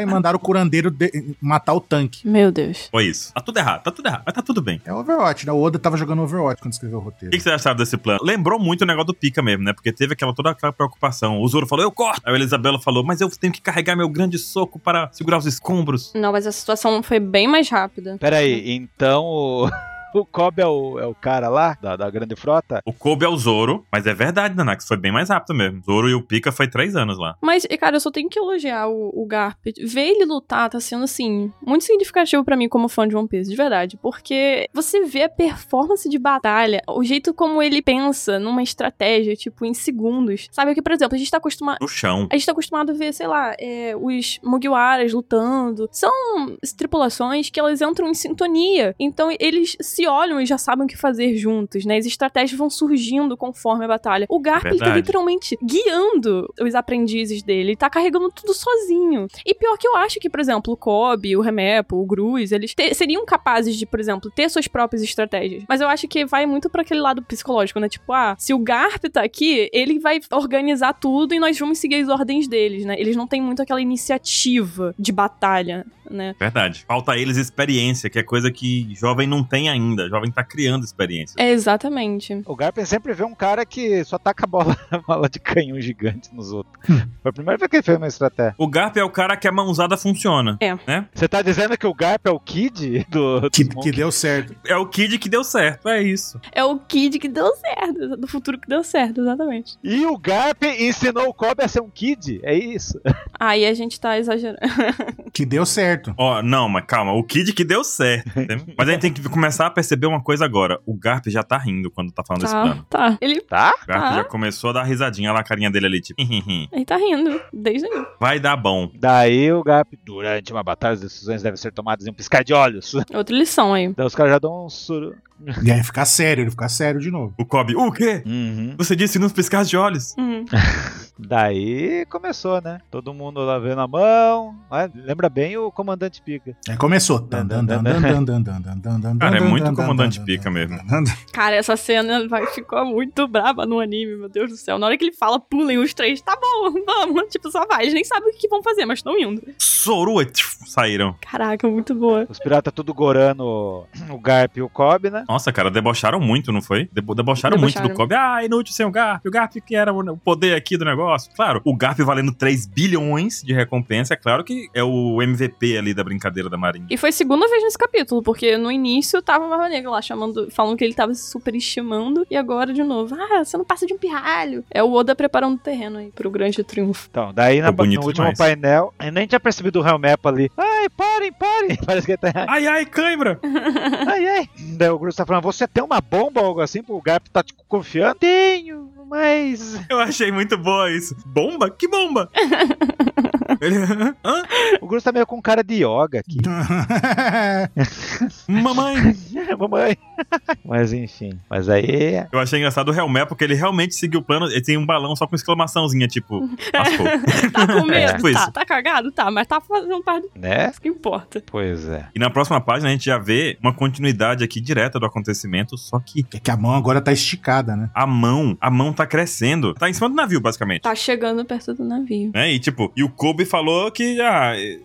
Speaker 1: *laughs*
Speaker 3: e mandaram o curandeiro de- matar o tanque.
Speaker 2: Meu Deus.
Speaker 1: Foi isso. Tá tudo errado, tá tudo errado, mas tá tudo bem.
Speaker 3: É Overwatch, né? O Oda tava jogando Overwatch quando escreveu o
Speaker 1: O
Speaker 3: roteiro.
Speaker 1: que, que você achava desse plano? Lembrou muito o negócio do Pica mesmo, né? Porque teve aquela toda aquela preocupação. O Zoro falou, eu corto. Aí o Elisabela falou, mas eu tenho que carregar meu grande soco para segurar os escombros.
Speaker 2: Não, mas a situação foi bem mais rápida.
Speaker 4: Peraí, então o, *laughs* o Cobb é o, é o cara lá, da, da grande frota?
Speaker 1: O Kobe é o Zoro, mas é verdade, Nanax, foi bem mais rápido mesmo. Zoro e o Pica foi três anos lá.
Speaker 2: Mas, e, cara, eu só tenho que elogiar o, o Garp. Ver ele lutar tá sendo, assim, muito significativo pra mim como fã de One Piece, de verdade. Porque você vê a performance de batalha, o jeito como ele pensa numa estratégia, tipo, em segundos. Sabe, que, por exemplo, a gente tá acostumado.
Speaker 1: No chão.
Speaker 2: A gente tá acostumado a ver, sei lá, é, os Mugiwaras lutando. São tripulações que elas entram em sintonia. Então eles se olham e já sabem o que fazer juntos, né? As estratégias vão surgindo conforme a batalha. O Garp, ele tá
Speaker 1: Verdade.
Speaker 2: literalmente guiando os aprendizes dele. Ele tá carregando tudo sozinho. E pior que eu acho que, por exemplo, o Kobe, o Remepo, o Gruz, eles te- seriam capazes de, por exemplo, ter suas próprias estratégias. Mas eu acho que vai muito pra aquele lado psicológico, né? Tipo, ah, se o Garp tá aqui, ele vai organizar tudo e nós vamos seguir as ordens deles, né? Eles não têm muito aquela iniciativa de batalha. né?
Speaker 1: É Verdade. Falta a eles experiência, que é coisa que jovem não tem ainda. Jovem tá criando experiência.
Speaker 2: É, exatamente.
Speaker 4: O Garpen sempre vê um cara que só taca a bola, *laughs* a bola de canhão gigante nos outros. Foi a primeira vez que ele fez uma estratégia.
Speaker 1: O Garp é o cara que a mãozada funciona.
Speaker 2: É.
Speaker 1: Né?
Speaker 4: Você tá dizendo que o Garp é o Kid do. do
Speaker 3: Que, que
Speaker 4: Monkey?
Speaker 3: deu certo.
Speaker 1: É o kid que deu certo, é isso.
Speaker 2: É o Kid que deu certo, do futuro que deu certo, exatamente.
Speaker 4: E o Garp ensinou o Kobe a ser um Kid? É isso?
Speaker 2: Aí a gente tá exagerando.
Speaker 3: Que deu certo.
Speaker 1: Ó, não, mas calma, o kid que deu certo. entendeu? mas a gente tem que começar a perceber uma coisa agora. O Garp já tá rindo quando tá falando desse
Speaker 2: Tá,
Speaker 1: plano.
Speaker 2: tá. Ele,
Speaker 4: Tá?
Speaker 1: O Garp
Speaker 2: Tá.
Speaker 1: já começou a dar risadinha lá, a carinha dele ali, tipo,
Speaker 2: ele tá rindo, desde aí.
Speaker 1: vai dar bom.
Speaker 4: Daí o Garp, durante uma batalha, as decisões devem ser tomadas em um piscar de olhos. *laughs*
Speaker 2: Outra lição aí.
Speaker 4: Daí os caras já dão um suru.
Speaker 3: E aí ficar sério, ele ficar sério de novo.
Speaker 1: O Kobe, o quê?
Speaker 4: Uhum.
Speaker 1: Você disse nos piscar de olhos?
Speaker 2: Hum.
Speaker 4: Daí começou, né? Todo mundo lá vendo a mão. Ah, Lembra bem o Comandante Pica.
Speaker 3: Aí começou. Tan, dan, dan, dan, dan, dan, dan, dan, dan, dan,
Speaker 1: Cara, é
Speaker 3: dan,
Speaker 1: muito
Speaker 3: dan, dan,
Speaker 1: comandante
Speaker 3: dan,
Speaker 1: pica
Speaker 3: dan,
Speaker 1: mesmo.
Speaker 3: dan, dan, dan.
Speaker 2: Cara, essa cena vai ficar muito braba no anime, meu Deus do céu. Na hora que ele fala, pulem os três, tá bom, *laughs* vamos. Tipo, só vai. Eles nem sabem o que vão fazer, mas estão indo.
Speaker 1: Sorua, é, tchuf, saíram.
Speaker 2: Caraca, muito boa.
Speaker 4: Os piratas tudo gorando o Garp e o Kobe, né?
Speaker 1: Nossa, cara, debocharam muito, não foi? Debo- debocharam, muito
Speaker 2: Debocharam.
Speaker 1: do Kobe. Ah, inútil sem o Garp. O Garp que era o poder aqui do negócio. Claro, o Garp valendo 3 bilhões de recompensa. É claro que é o MVP ali da brincadeira da Marinha.
Speaker 2: E foi a segunda vez nesse capítulo, porque no início tava o Barba Negra lá chamando, falando que ele tava se superestimando, e agora de novo, ah, você não passa de um pirralho. É o Oda preparando o terreno aí pro grande
Speaker 1: *laughs*
Speaker 2: triunfo.
Speaker 4: Então, daí na,
Speaker 3: É
Speaker 1: Ficou
Speaker 4: no
Speaker 1: bonito
Speaker 4: último
Speaker 1: demais.
Speaker 4: painel, eu nem tinha percebido o real mapa ali. Ai, parem, parem! *laughs* Parece que ele tá.
Speaker 1: Ai, ai, cãibra!
Speaker 4: Ai, ai! Daí o Grosso tá falando: você tem uma bomba ou algo assim? O Garp tá tipo, confiando? Tenho, mas.
Speaker 1: Eu achei muito boa isso. Bomba? Que bomba! Ele, hã?
Speaker 4: O Grosso tá meio com cara de yoga aqui. *laughs*
Speaker 3: *laughs*
Speaker 1: Mamãe!
Speaker 4: Mamãe! mas enfim. Mas aí.
Speaker 1: Eu achei engraçado o Helmé, porque ele realmente seguiu o plano. Ele tem um balão só com exclamaçãozinha, tipo, lascou.
Speaker 2: Tá com medo?
Speaker 1: Tipo
Speaker 2: tá,
Speaker 1: isso.
Speaker 2: tá cagado? Tá, mas tá fazendo parte do
Speaker 4: Né?
Speaker 2: que importa.
Speaker 4: Pois é.
Speaker 1: E na próxima página a gente já vê uma continuidade aqui direta do acontecimento, só que
Speaker 3: É que a mão agora tá esticada, né?
Speaker 1: a mão, a mão tá crescendo. Tá em cima do navio, basicamente.
Speaker 2: Tá chegando perto do navio.
Speaker 1: Né? E tipo, e o Kobe falou que, ah, é,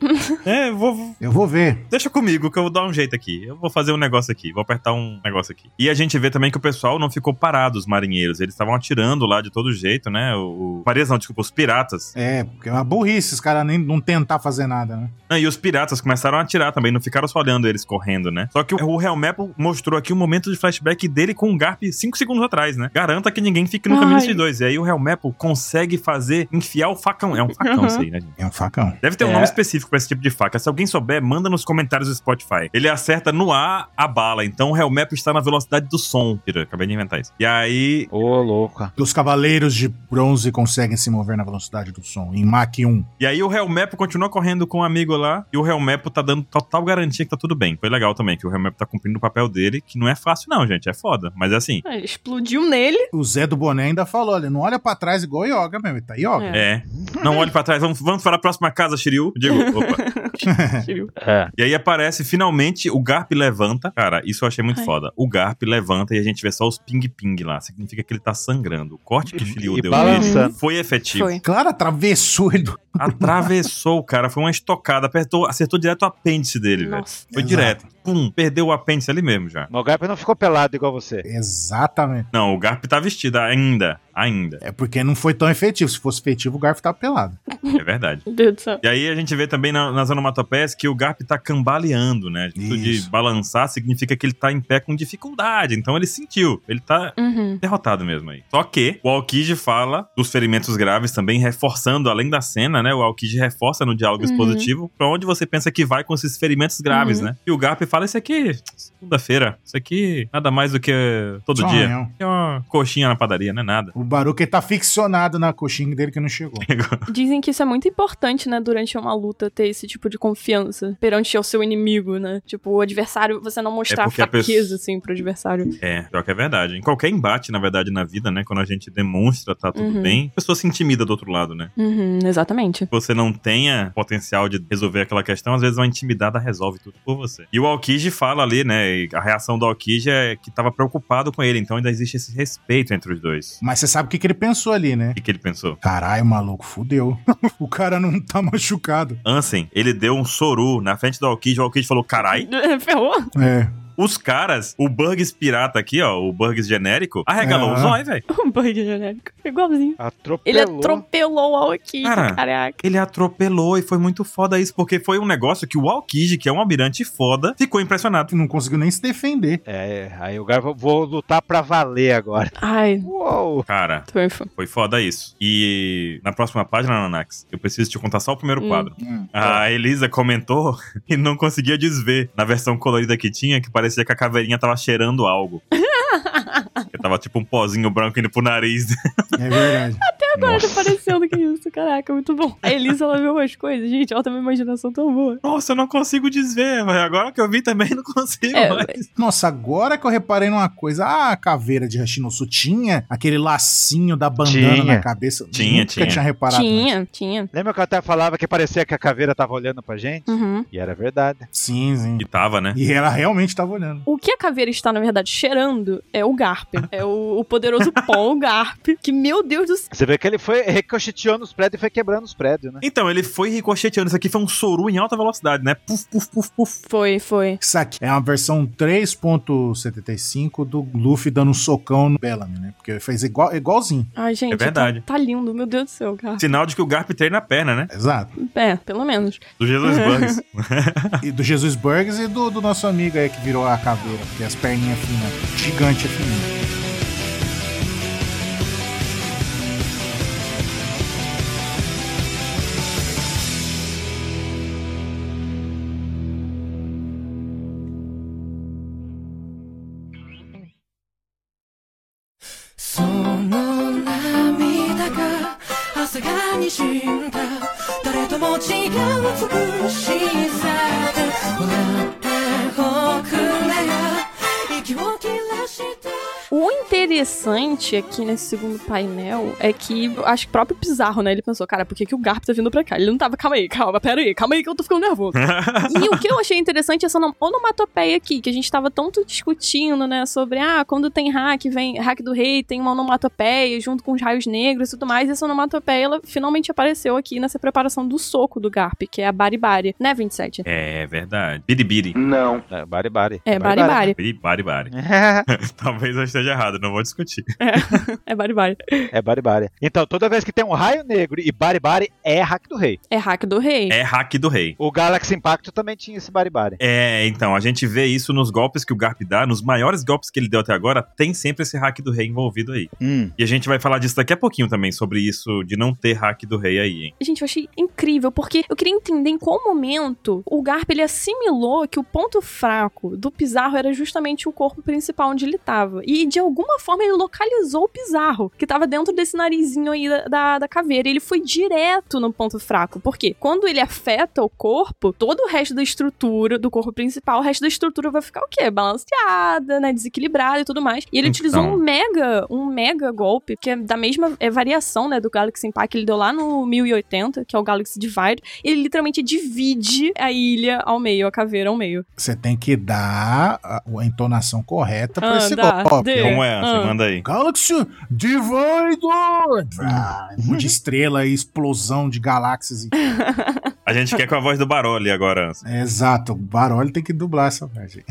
Speaker 1: é, vou, vou-
Speaker 3: Eu vou ver.
Speaker 1: deixa comigo que eu vou dar um jeito aqui. Eu vou fazer um negócio aqui, vou apertar um negócio aqui. E a gente vê também que o pessoal não ficou parado, os marinheiros. Eles estavam atirando lá de todo jeito, né? O, o... Marinheiros não, desculpa, os piratas.
Speaker 3: É, porque é uma burrice os caras nem não tentar fazer nada, né?
Speaker 1: Ah, e os piratas começaram a atirar também, não ficaram só olhando eles correndo, né? Só que o- o Real Map mostrou aqui um momento de flashback dele com o Garp 5 segundos atrás, né? Garanta que ninguém fique no caminho
Speaker 2: Ai.
Speaker 1: desses dois. E aí o Real Map consegue fazer, enfiar o facão. É um facão
Speaker 2: Uhum.
Speaker 1: isso aí, né, gente?
Speaker 3: É um facão.
Speaker 1: Deve ter um
Speaker 4: É.
Speaker 1: nome específico pra esse tipo de faca. Se alguém souber, manda nos comentários do Spotify. Ele acerta no ar a bala. Então o Real Map está na velocidade do som. Pira, acabei de inventar isso. E aí.
Speaker 4: Ô, louco.
Speaker 3: Os cavaleiros de bronze conseguem se mover na velocidade do som, em Mach 1.
Speaker 1: E aí o Real Map continua correndo com o amigo lá. E o Real Map tá dando total garantia que tá tudo bem. Foi legal também, que o Real Map tá cumprindo o papel dele, que não é fácil, não, gente. É foda. Mas é assim.
Speaker 2: Ah, ele Explodiu nele.
Speaker 1: *laughs*
Speaker 3: O Zé do Boné ainda falou: olha, não olha pra trás igual Yoga mesmo, ele tá Yoga.
Speaker 2: É.
Speaker 1: É. Não olhe pra trás. Vamos, vamos para a próxima casa, Shiryu. Digo, opa.
Speaker 2: Tiro.
Speaker 4: É.
Speaker 1: E aí aparece finalmente o Garp levanta. Cara, isso eu achei muito
Speaker 2: Ai.
Speaker 1: foda. O Garp levanta e a gente vê só os ping-ping lá. Significa que ele tá sangrando. O corte que o
Speaker 4: E-
Speaker 1: Shiryu
Speaker 4: e
Speaker 1: deu um nele
Speaker 4: balançando.
Speaker 1: foi efetivo.
Speaker 2: Foi. *laughs*
Speaker 3: Claro, atravessou ele do...
Speaker 1: Atravessou o cara. Foi uma estocada. Apertou, acertou direto o apêndice dele, velho.
Speaker 2: Nossa.
Speaker 1: Foi
Speaker 3: Exato.
Speaker 1: direto. Pum, perdeu o apêndice ali mesmo já.
Speaker 4: Mas o Garp não ficou pelado igual você.
Speaker 3: Exatamente.
Speaker 1: Não, o Garp tá vestido ainda. Ainda.
Speaker 3: É porque não foi tão efetivo. Se fosse efetivo, o Garfo tava pelado.
Speaker 1: É verdade.
Speaker 2: Meu Deus do céu.
Speaker 1: E aí a gente vê também na- nas onomatopeias que o Garp tá cambaleando, né? Isso de
Speaker 3: Isso.
Speaker 1: balançar significa que ele tá em pé com dificuldade. Então ele sentiu. Ele tá
Speaker 2: Uhum.
Speaker 1: derrotado mesmo aí. Só que o Aokiji fala dos ferimentos graves também, reforçando, além da cena, né? O Aokiji reforça no diálogo
Speaker 2: Uhum.
Speaker 1: expositivo pra onde você pensa que vai com esses ferimentos graves,
Speaker 2: Uhum.
Speaker 1: né? E o Garp fala isso aqui, segunda-feira. Isso aqui nada mais do que todo
Speaker 3: Só um
Speaker 1: dia.
Speaker 3: arranhão.
Speaker 1: É uma coxinha na padaria, não é nada.
Speaker 3: O Baruque tá ficcionado na coxinha dele que não chegou.
Speaker 2: *laughs* Dizem que isso é muito importante, né, durante uma luta, ter esse tipo de confiança perante o seu inimigo, né? Tipo, o adversário, você não mostrar
Speaker 1: É porque a
Speaker 2: fraqueza,
Speaker 1: pessoa-
Speaker 2: assim, pro adversário.
Speaker 1: É, pior que é verdade. Em qualquer embate, na verdade, na vida, né? Quando a gente demonstra tá tudo
Speaker 2: Uhum.
Speaker 1: bem, a pessoa se intimida do outro lado, né?
Speaker 2: Uhum, exatamente.
Speaker 1: Que Você não tenha potencial de resolver aquela questão, às vezes uma intimidada resolve tudo por você. E o Aokiji fala ali, né? e a reação do Aokiji é que tava preocupado com ele, então ainda existe esse respeito entre os dois.
Speaker 3: Mas você sabe o que, que ele pensou ali, né?
Speaker 1: O que, que ele pensou?
Speaker 3: Caralho, maluco, fudeu. *laughs* o cara não tá machucado.
Speaker 1: Ansem, ele deu um soru na frente do Aokiji, o Aokiji falou, carai,
Speaker 2: *laughs* Ferrou?
Speaker 3: É.
Speaker 1: os caras, o Burgs pirata aqui, ó, o Burgs genérico, arregalou
Speaker 3: Ah.
Speaker 1: os olhos, velho.
Speaker 2: Um bug genérico. Igualzinho.
Speaker 4: Atropelou.
Speaker 2: Ele atropelou o Aokiji,
Speaker 1: Cara.
Speaker 2: caraca.
Speaker 1: Ele atropelou e foi muito foda isso, porque foi um negócio que o Aokiji, que é um almirante foda, ficou impressionado.
Speaker 3: Não conseguiu nem se defender.
Speaker 4: É, aí o Garfo, vou lutar pra valer
Speaker 2: *laughs*
Speaker 4: agora.
Speaker 2: Ai,
Speaker 4: Uou!
Speaker 1: Cara,
Speaker 2: Twinfo.
Speaker 1: foi foda isso. E na próxima página, Nanax, eu preciso te contar só o primeiro
Speaker 2: Hum. Tá.
Speaker 1: quadro. A Elisa comentou *laughs* e não conseguia desver na versão colorida que tinha, que parecia que a caveirinha tava cheirando
Speaker 2: *laughs*
Speaker 1: algo. que tava tipo um pozinho branco indo pro nariz. *laughs*
Speaker 3: É verdade.
Speaker 2: Cara, tá
Speaker 1: Nossa.
Speaker 2: parecendo que isso, caraca, muito bom. A Elisa, ela viu umas coisas, gente, ela tem uma imaginação tão boa.
Speaker 1: Nossa, eu não consigo desver, mas agora que eu vi também *laughs* não consigo.
Speaker 2: É,
Speaker 1: mais.
Speaker 3: Nossa, agora que eu reparei numa coisa. Ah, a caveira de Hashinosu tinha aquele lacinho da bandana
Speaker 4: Tinha.
Speaker 3: na cabeça.
Speaker 1: Tinha,
Speaker 3: Nunca
Speaker 1: tinha.
Speaker 3: tinha reparado. né?
Speaker 2: tinha, tinha.
Speaker 4: Lembra que eu até falava que parecia que a caveira tava olhando pra gente?
Speaker 2: Uhum.
Speaker 4: E era verdade.
Speaker 3: Sim, sim.
Speaker 1: E tava, né?
Speaker 3: E ela realmente tava olhando.
Speaker 2: O que a caveira está, na verdade, cheirando é o
Speaker 1: *laughs*
Speaker 2: Garp. É o, o poderoso pó, o Garp. Que, meu Deus do céu.
Speaker 4: Você vê que ele foi ricocheteou nos prédios e foi quebrando os prédios, né?
Speaker 1: Então, ele foi ricocheteando. Isso aqui foi um soru em alta velocidade, né? Puf, puf, puf, puf.
Speaker 2: Foi, foi.
Speaker 3: Isso aqui é uma versão 3.75 do Luffy dando um socão no Bellamy, né? Porque ele fez igual, igualzinho.
Speaker 2: Ai, gente.
Speaker 1: É verdade.
Speaker 2: Tá, tá lindo, meu Deus do céu, Garp.
Speaker 1: Sinal de que o Garp treina a perna, né?
Speaker 3: Exato.
Speaker 2: É, pelo menos.
Speaker 1: Do Jesus
Speaker 2: *laughs*
Speaker 1: Bugs.
Speaker 3: E do Jesus Burgers e do, do nosso amigo aí que virou a caveira, porque as perninhas finas, gigante é fininho.
Speaker 6: 「その涙が朝がにじんだ」「誰とも違う美しさで」「笑っておくれよ」「息を切らして」
Speaker 2: O interessante aqui nesse segundo painel é que eu acho que o próprio Pizarro, né? Ele pensou, cara, por que, que o Garp tá vindo pra cá? Ele não tava, calma aí, calma, pera aí, calma aí que eu tô ficando nervoso. E o que eu achei interessante é essa onom- onomatopeia aqui, que a gente tava tanto discutindo, né, sobre, ah, quando tem hack, vem hack do rei, tem uma onomatopeia junto com os raios negros e tudo mais, e essa onomatopeia, ela finalmente apareceu aqui nessa preparação do soco do Garp, que é a baribari, né, 27?
Speaker 1: é verdade. Biribiri.
Speaker 4: É, bari bari.
Speaker 2: É, baribari,
Speaker 1: Biribari, bari. *laughs* Talvez eu esteja errado, não vou discutir.
Speaker 2: é baribari.
Speaker 4: *laughs* É bari bari. Então, toda vez que tem um raio negro e bari bari, é hack do rei.
Speaker 2: É hack do rei.
Speaker 1: É hack do rei.
Speaker 4: O Galaxy Impact também tinha esse bari bari.
Speaker 1: É, então, a gente vê isso nos golpes que o Garp dá, nos maiores golpes que ele deu até agora, tem sempre esse hack do rei envolvido aí. E a gente vai falar disso daqui a pouquinho também, sobre isso de não ter hack do rei aí, hein?
Speaker 2: Gente, eu achei incrível, porque eu queria entender em qual momento o Garp ele assimilou que o ponto fraco do Pizarro era justamente o corpo principal onde ele tava. E de alguma forma ele localizou o Pizarro, que tava dentro desse narizinho aí da, da, da caveira. Ele foi direto no ponto fraco, porque quando ele afeta o corpo, todo o resto da estrutura, do corpo principal, o resto da estrutura vai ficar o quê? Balanceada, né? Desequilibrada e tudo mais. E ele
Speaker 1: Então.
Speaker 2: utilizou um mega, um mega golpe, que é da mesma é, variação, né, do Galaxy Impact que ele deu lá no 1080, que é o Galaxy Divide. Ele literalmente divide a ilha ao meio, a caveira ao meio.
Speaker 3: Você tem que dar a, a entonação correta pra
Speaker 2: Ah,
Speaker 3: esse
Speaker 2: dá,
Speaker 3: golpe.
Speaker 2: deu. É,
Speaker 1: Como é?
Speaker 2: ah.
Speaker 1: Você manda aí.
Speaker 3: Galaxy Dividor! Ah, muita estrela e explosão de galáxias. e-
Speaker 1: A gente quer com a voz do Baroli agora, Anson.
Speaker 3: É, Exato, o Baroli tem que dublar essa parte.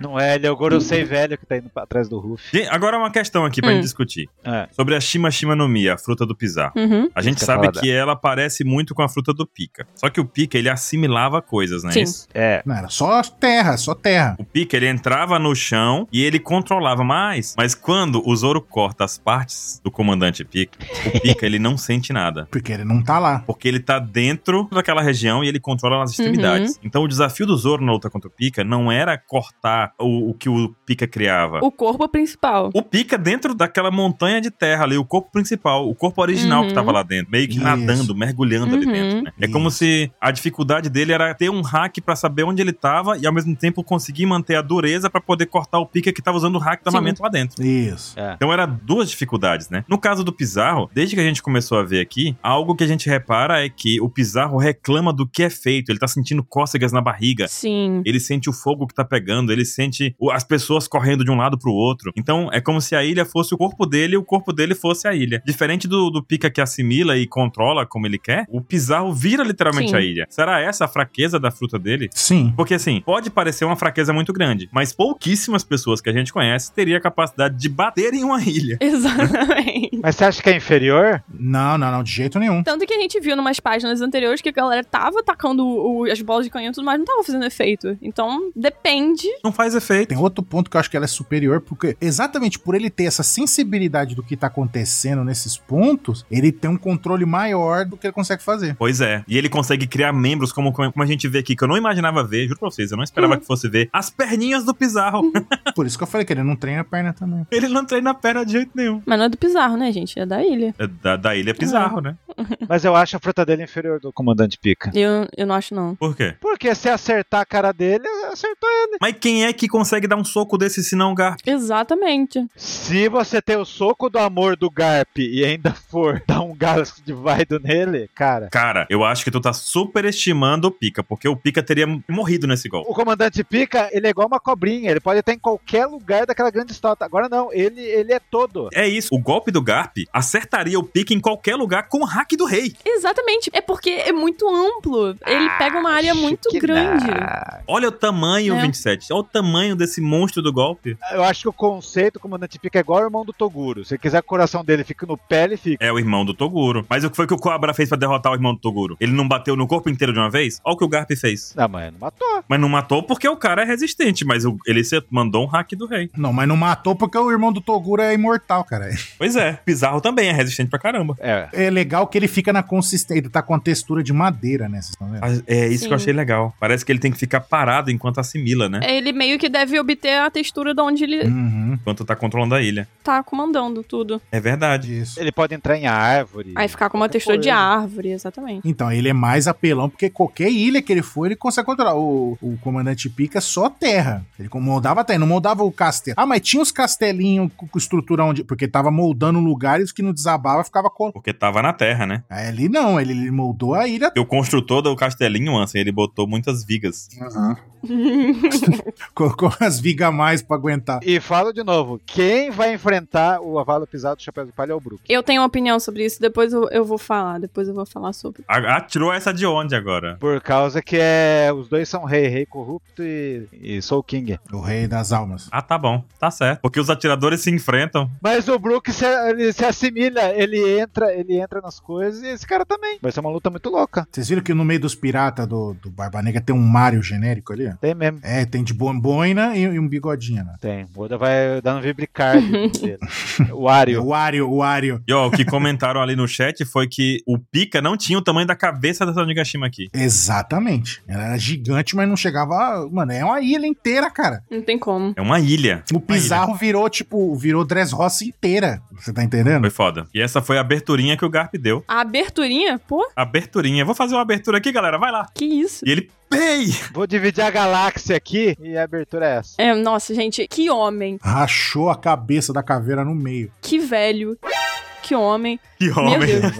Speaker 4: Não é, ele é o Gorosei velho que tá indo pra trás do Ruff.
Speaker 1: Gente, Agora uma questão aqui pra
Speaker 2: Hum.
Speaker 1: gente discutir.
Speaker 4: É.
Speaker 1: Sobre a Shima Shima no Mi, a fruta do Pizarro.
Speaker 2: Uhum.
Speaker 1: A gente
Speaker 4: Isso que é eu ia
Speaker 1: sabe
Speaker 4: falar
Speaker 1: que ela parece muito com a fruta do Pika. Só que o Pika, ele assimilava coisas, né?
Speaker 2: Sim.
Speaker 1: Isso?
Speaker 4: É.
Speaker 3: Não, era só terra, só terra.
Speaker 1: O Pika, ele entrava no chão e ele controlava mais. Mas quando o Zoro corta as partes do comandante Pika, o Pika, ele não sente nada.
Speaker 3: Porque ele não tá lá.
Speaker 1: Porque ele tá dentro daquela região e ele controla as extremidades. Então o desafio do Zoro na luta contra o Pika não era cortar o, o que o Pika criava.
Speaker 2: O corpo principal.
Speaker 1: O Pika dentro daquela montanha de terra ali, o corpo principal, o corpo original
Speaker 2: Uhum.
Speaker 1: que tava lá dentro, meio que
Speaker 3: Isso.
Speaker 1: nadando, mergulhando ali
Speaker 2: Uhum.
Speaker 1: dentro, né? É
Speaker 3: Isso.
Speaker 1: como se a dificuldade dele era ter um hack pra saber onde ele tava e ao mesmo tempo conseguir manter a dureza pra poder cortar o Pika que tava usando o hack do
Speaker 2: Sim.
Speaker 1: armamento lá dentro.
Speaker 3: Isso.
Speaker 1: Então era duas dificuldades, né? No caso do Pizarro, desde que a gente começou a ver aqui, algo que a gente repara é que o bizarro reclama do que é feito. Ele tá sentindo cócegas na barriga.
Speaker 2: Sim. *laughs*
Speaker 1: Ele sente o fogo que tá pegando, ele sente o- as pessoas correndo de um lado pro outro. Então é como se a ilha fosse o corpo dele e o corpo dele fosse a ilha. Diferente do, do Pika que assimila e controla como ele quer, o Pizarro vira literalmente
Speaker 2: Sim.
Speaker 1: a ilha. Será essa a fraqueza da fruta dele?
Speaker 3: Sim.
Speaker 1: Porque assim, pode parecer uma fraqueza muito grande, mas pouquíssimas pessoas que a gente conhece teria a capacidade de bater em uma ilha.
Speaker 2: Exatamente.
Speaker 4: Mas você acha que é inferior?
Speaker 3: Não, não, não, de jeito nenhum.
Speaker 2: Tanto que a gente viu numas páginas anteriores que a galera tava atacando o- as bolas de canhão e tudo mais, não tava fazendo efeito. Então, depende.
Speaker 1: Não faz efeito.
Speaker 3: Tem outro ponto que eu acho que ela é superior, porque exatamente por ele ter essa sensibilidade do que tá acontecendo nesses pontos, ele tem um controle maior do que ele consegue fazer.
Speaker 1: Pois é. E ele consegue criar membros, como, como a gente vê aqui, que eu não imaginava ver, juro pra vocês, eu não esperava que fosse ver as perninhas do Pizarro.
Speaker 3: Por isso que eu falei que ele não treina a perna também.
Speaker 1: *laughs* ele não treina a perna de jeito nenhum.
Speaker 2: Mas não é do Pizarro, né, gente? É da ilha.
Speaker 1: É, Da, da ilha é Pizarro, né?
Speaker 4: Mas eu acho a fruta dele inferior do comandante Pica.
Speaker 2: Eu, eu não acho, não.
Speaker 1: Por quê?
Speaker 4: Porque se acertar a cara dele, acertou ele.
Speaker 1: Mas quem é que consegue dar um soco desse se não o Garp?
Speaker 2: Exatamente.
Speaker 4: Se você tem o soco do amor do Garp e ainda for *laughs* dar um gasto de vaido nele, cara.
Speaker 1: Cara, eu acho que tu tá superestimando o Pica, porque o Pica teria morrido nesse golpe.
Speaker 4: O comandante Pica, ele é igual uma cobrinha, ele pode estar em qualquer lugar daquela grande estátua. Agora não, ele, ele é todo.
Speaker 1: É isso, o golpe do Garp acertaria o Pica em qualquer lugar com o hack do rei.
Speaker 2: Exatamente. É porque é muito amplo. Ele
Speaker 4: Ah,
Speaker 2: pega uma área muito grande.
Speaker 1: Olha o tamanho,
Speaker 2: É.
Speaker 1: 27. Olha o tamanho desse monstro do golpe.
Speaker 4: Eu acho que o conceito do comandante Pica é igual o irmão do Toguro. Se ele quiser que o coração dele fique no pé, ele fica.
Speaker 1: É o irmão do Toguro. Mas o que foi que o Cobra fez pra derrotar o irmão do Toguro? Ele não bateu no corpo inteiro de uma vez? Olha o que o Garp fez.
Speaker 4: Não, mas não Ah, matou.
Speaker 1: Mas não matou porque o cara é resistente, mas o- ele se- mandou um hack do rei.
Speaker 3: Não, mas não matou porque o irmão do Toguro é imortal, cara.
Speaker 1: Pois é, Pizarro também é resistente pra caramba.
Speaker 4: É.
Speaker 3: É legal que ele fica na consistência, ele tá com a textura de madeira, né? Vocês estão vendo?
Speaker 1: Ah, É isso que eu
Speaker 2: Sim.
Speaker 1: achei
Speaker 2: É.
Speaker 1: legal. Parece que ele tem que ficar parado enquanto assimila, né?
Speaker 2: Ele meio que deve obter a textura de onde ele
Speaker 3: Uhum.
Speaker 1: Enquanto tá controlando a ilha.
Speaker 2: tá comandando tudo.
Speaker 1: É verdade.
Speaker 3: Isso.
Speaker 4: Ele pode entrar em árvore.
Speaker 2: Aí ficar com uma
Speaker 4: Qualquer
Speaker 2: textura de
Speaker 4: coisa.
Speaker 2: árvore, exatamente.
Speaker 3: Então, ele é mais apelão, porque qualquer ilha que ele for, ele consegue controlar. O, o comandante Pica é só terra. Ele moldava terra, não moldava o castelo. Ah, mas tinha uns castelinhos com com estrutura onde. Porque ele tava moldando lugares que não desabava, ficava. Col...
Speaker 1: Porque tava na terra, né?
Speaker 3: Aí Ali não, ele, ele moldou a ilha.
Speaker 1: E
Speaker 3: *laughs*
Speaker 1: o construtor do castelinho, Ansem, ele botou muitas vigas.
Speaker 3: Colocou as vigas a mais pra aguentar.
Speaker 4: E falo de novo, quem vai enfrentar o avalo pisado do chapéu de palha é o Brook.
Speaker 2: Eu tenho uma opinião sobre isso, depois eu, eu vou falar. Depois eu vou falar sobre.
Speaker 1: A- a- tirou essa de onde agora?
Speaker 4: Por causa que é, os dois são rei, rei corrupto e, e Soul King.
Speaker 3: O rei das almas.
Speaker 1: Ah, tá bom. Tá certo. Porque os atiradores se enfrentam.
Speaker 4: Mas o Brook se, ele se assimila, ele entra, ele entra nas coisas e esse cara também. Vai ser uma luta muito louca.
Speaker 3: Vocês viram que no meio dos piratas do, do Barba Negra tem um Mario genérico ali? ó?
Speaker 4: Tem mesmo.
Speaker 3: É, tem de bo- boina e, e um bigodinho, né?
Speaker 4: Tem. O Oda vai dando vibricard dele. O Ario.
Speaker 3: O Ario, o Ario.
Speaker 1: E ó,
Speaker 2: *laughs*
Speaker 1: o que comentaram ali no chat foi que o Pika não tinha o tamanho da cabeça dessa Onigashima aqui.
Speaker 3: Exatamente. Ela era gigante, mas não chegava. Mano, é uma ilha inteira, cara.
Speaker 2: Não tem como.
Speaker 1: É uma ilha.
Speaker 3: O Pizarro virou, tipo, virou dress roça inteira. Você tá entendendo?
Speaker 1: Foi foda. E essa foi a aberturinha que o Garp deu.
Speaker 2: A aberturinha? Pô,
Speaker 1: Aberturinha. Vou fazer uma abertura aqui, galera. Vai lá.
Speaker 2: que isso.
Speaker 1: E ele. Pei! *laughs*
Speaker 4: Vou dividir a galáxia aqui e a abertura é essa.
Speaker 2: É, nossa, gente, que homem,
Speaker 3: Rachou a cabeça da caveira no meio.
Speaker 2: que velho, que homem.
Speaker 1: Que
Speaker 2: Meu
Speaker 1: homem.
Speaker 2: Deus.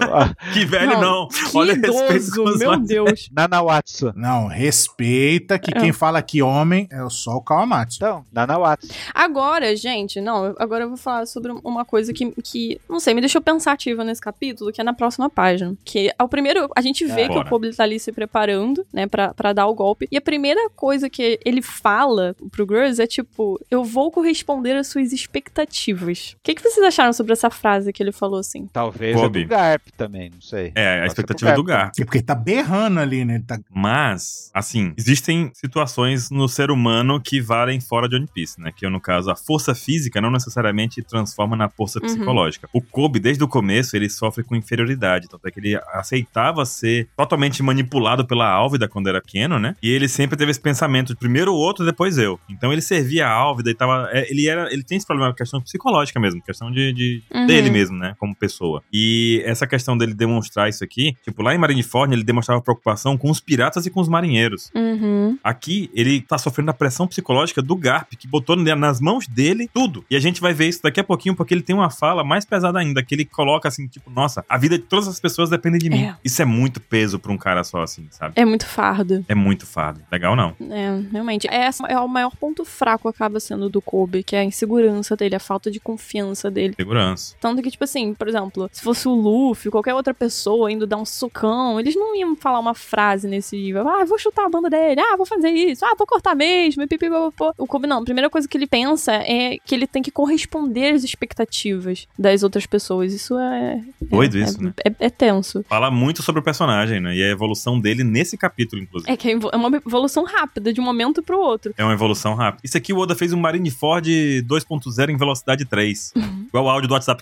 Speaker 1: Que velho, não.
Speaker 2: Que
Speaker 1: Olha o respeito com
Speaker 2: idoso,
Speaker 1: os
Speaker 2: meu
Speaker 1: olhos.
Speaker 2: Deus.
Speaker 4: Nanawatsu.
Speaker 3: Não, respeita que quem fala que homem é só o Kawamatsu.
Speaker 4: Então, Nanawatsu.
Speaker 2: Agora, gente, não, eu- agora eu vou falar sobre uma coisa que, que não sei, me deixou pensativa nesse capítulo, que é na próxima página. Que ao primeiro, a gente vê
Speaker 1: É.
Speaker 2: que
Speaker 1: Bora.
Speaker 2: o Publi tá ali se preparando, né, pra, pra dar o golpe. E a primeira coisa que ele fala pro Gross é tipo, eu vou corresponder às suas expectativas. O que, que vocês acharam sobre essa frase que ele falou assim?
Speaker 4: Talvez
Speaker 1: Kobe.
Speaker 4: é do Garp também, não sei.
Speaker 1: É, a
Speaker 4: Pode
Speaker 1: expectativa
Speaker 4: ser
Speaker 1: do
Speaker 4: pro
Speaker 1: Garp.
Speaker 3: É porque ele tá berrando ali, né? Ele tá...
Speaker 1: Mas, assim, existem situações no ser humano que valem fora de One Piece, né? Que, no caso, a força física não necessariamente transforma na
Speaker 2: Uhum.
Speaker 1: força psicológica. O Kobe, desde o começo, ele sofre com inferioridade. Tanto é que ele aceitava ser totalmente manipulado pela Álvida quando era pequeno, né? E ele sempre teve esse pensamento, primeiro o outro, depois eu. Então ele servia a Álvida e tava... é, Ele era... Ele tem esse problema, questão psicológica mesmo. Questão de- de,
Speaker 2: Uhum.
Speaker 1: dele mesmo, né? Como como pessoa. E essa questão dele demonstrar isso aqui, tipo, lá em Marineford ele demonstrava preocupação com os piratas e com os marinheiros.
Speaker 2: Uhum.
Speaker 1: Aqui ele tá sofrendo a pressão psicológica do Garp, que botou ne- nas mãos dele tudo. E a gente vai ver isso daqui a pouquinho, porque ele tem uma fala mais pesada ainda, que ele coloca assim, tipo, nossa, a vida de todas as pessoas depende de mim.
Speaker 2: É.
Speaker 1: Isso é muito peso pra um cara só, assim, sabe?
Speaker 2: É muito fardo.
Speaker 1: É muito fardo. Legal não.
Speaker 2: É, realmente. Essa é o maior ponto fraco acaba sendo do Kobe, que é a insegurança dele, a falta de confiança dele.
Speaker 1: Segurança.
Speaker 2: Tanto que, tipo assim, por exemplo, se fosse o Luffy, qualquer outra pessoa indo dar um socão, eles não iam falar uma frase nesse nível. Ah, vou chutar a banda dele, ah, vou fazer isso, ah, vou cortar mesmo, e pipi, pipipipopopô. O Kobe não, a primeira coisa que ele pensa é que ele tem que corresponder às expectativas das outras pessoas. Isso é.
Speaker 1: Doido
Speaker 2: é,
Speaker 1: isso,
Speaker 2: é,
Speaker 1: né?
Speaker 2: É, é tenso.
Speaker 1: Fala muito sobre o personagem, né? E a evolução dele nesse capítulo, inclusive.
Speaker 2: É que é invo- é uma evolução rápida, de um momento pro outro.
Speaker 1: É uma evolução rápida. Isso aqui o Oda fez um Marineford 2.0 em velocidade 3. Igual o áudio do WhatsApp.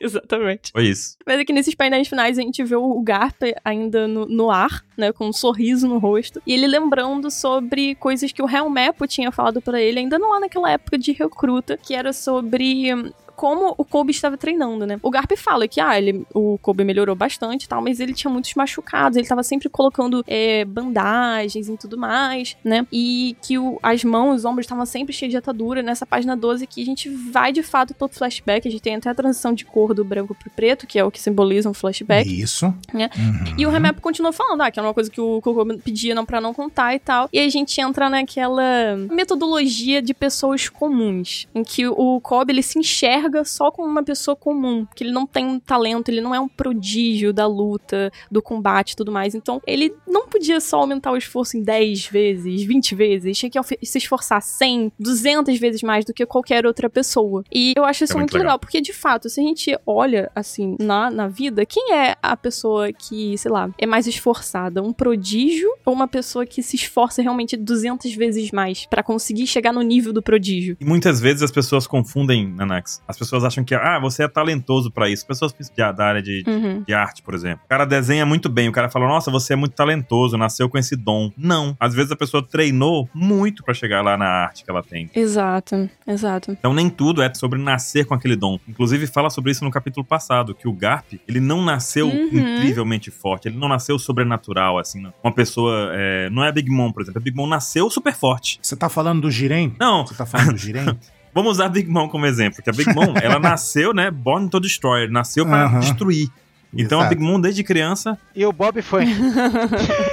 Speaker 2: Exatamente.
Speaker 1: Foi isso.
Speaker 2: Mas aqui nesses painéis finais a gente vê o Garp ainda no, no ar, né? Com um sorriso no rosto. E ele lembrando sobre coisas que o Helmepo tinha falado pra ele, ainda não lá naquela época de recruta, que era sobre. hum, Como o Kobe estava treinando, né? O Garp fala que, ah, ele, o Kobe melhorou bastante e tal, mas ele tinha muitos machucados, ele estava sempre colocando é, bandagens e tudo mais, né? E que o- as mãos, os ombros estavam sempre cheios de atadura. Nessa página 12 aqui, a gente vai de fato pro flashback, a gente tem até a transição de cor do branco pro preto, que é o que simboliza um flashback.
Speaker 3: Isso.
Speaker 2: Né?
Speaker 3: Uhum.
Speaker 2: E o Remap continuou falando, ah, que era uma coisa que o Kokomo pedia não pra não contar e tal. E aí a gente entra naquela metodologia de pessoas comuns, em que o Kobe ele se enxerga só como uma pessoa comum, que ele não tem um talento, ele não é um prodígio da luta, do combate e tudo mais. Então, ele não podia só aumentar o esforço em 10 vezes, 20 vezes, ele tinha que ofe- se esforçar 100, 200 vezes mais do que qualquer outra pessoa. E eu acho isso
Speaker 1: É muito
Speaker 2: muito, legal. porque de fato, se a gente olha assim na, na vida, quem é a pessoa que, sei lá, é mais esforçada? Um prodígio ou uma pessoa que se esforça realmente 200 vezes mais pra conseguir chegar no nível do prodígio?
Speaker 1: E muitas vezes as pessoas confundem, Nanax. As pessoas acham que, ah, você é talentoso pra isso. Pessoas de- da área de,
Speaker 2: Uhum.
Speaker 1: de arte, por exemplo. O cara desenha muito bem, o cara fala, nossa, você é muito talentoso, nasceu com esse dom. Não. Às vezes a pessoa treinou muito pra chegar lá na arte que ela tem.
Speaker 2: Exato, exato.
Speaker 1: Então nem tudo é sobre nascer com aquele dom. Inclusive fala sobre isso no capítulo passado, que o Garp, ele não nasceu
Speaker 2: Uhum.
Speaker 1: incrivelmente forte, ele não nasceu sobrenatural, assim. não. Uma pessoa, é, não é a Big Mom, por exemplo, a Big Mom nasceu super forte.
Speaker 3: Você tá falando do Jiren?
Speaker 1: Não,
Speaker 3: Você tá falando do Jiren?
Speaker 1: Vamos usar a Big Mom como exemplo, que a Big Mom, ela nasceu, né, born to destroyer, nasceu pra
Speaker 3: Aham.
Speaker 1: destruir. Então a
Speaker 3: Exato.
Speaker 1: Big Mom desde criança,
Speaker 4: E o Bob
Speaker 1: *laughs*
Speaker 4: foi. *laughs*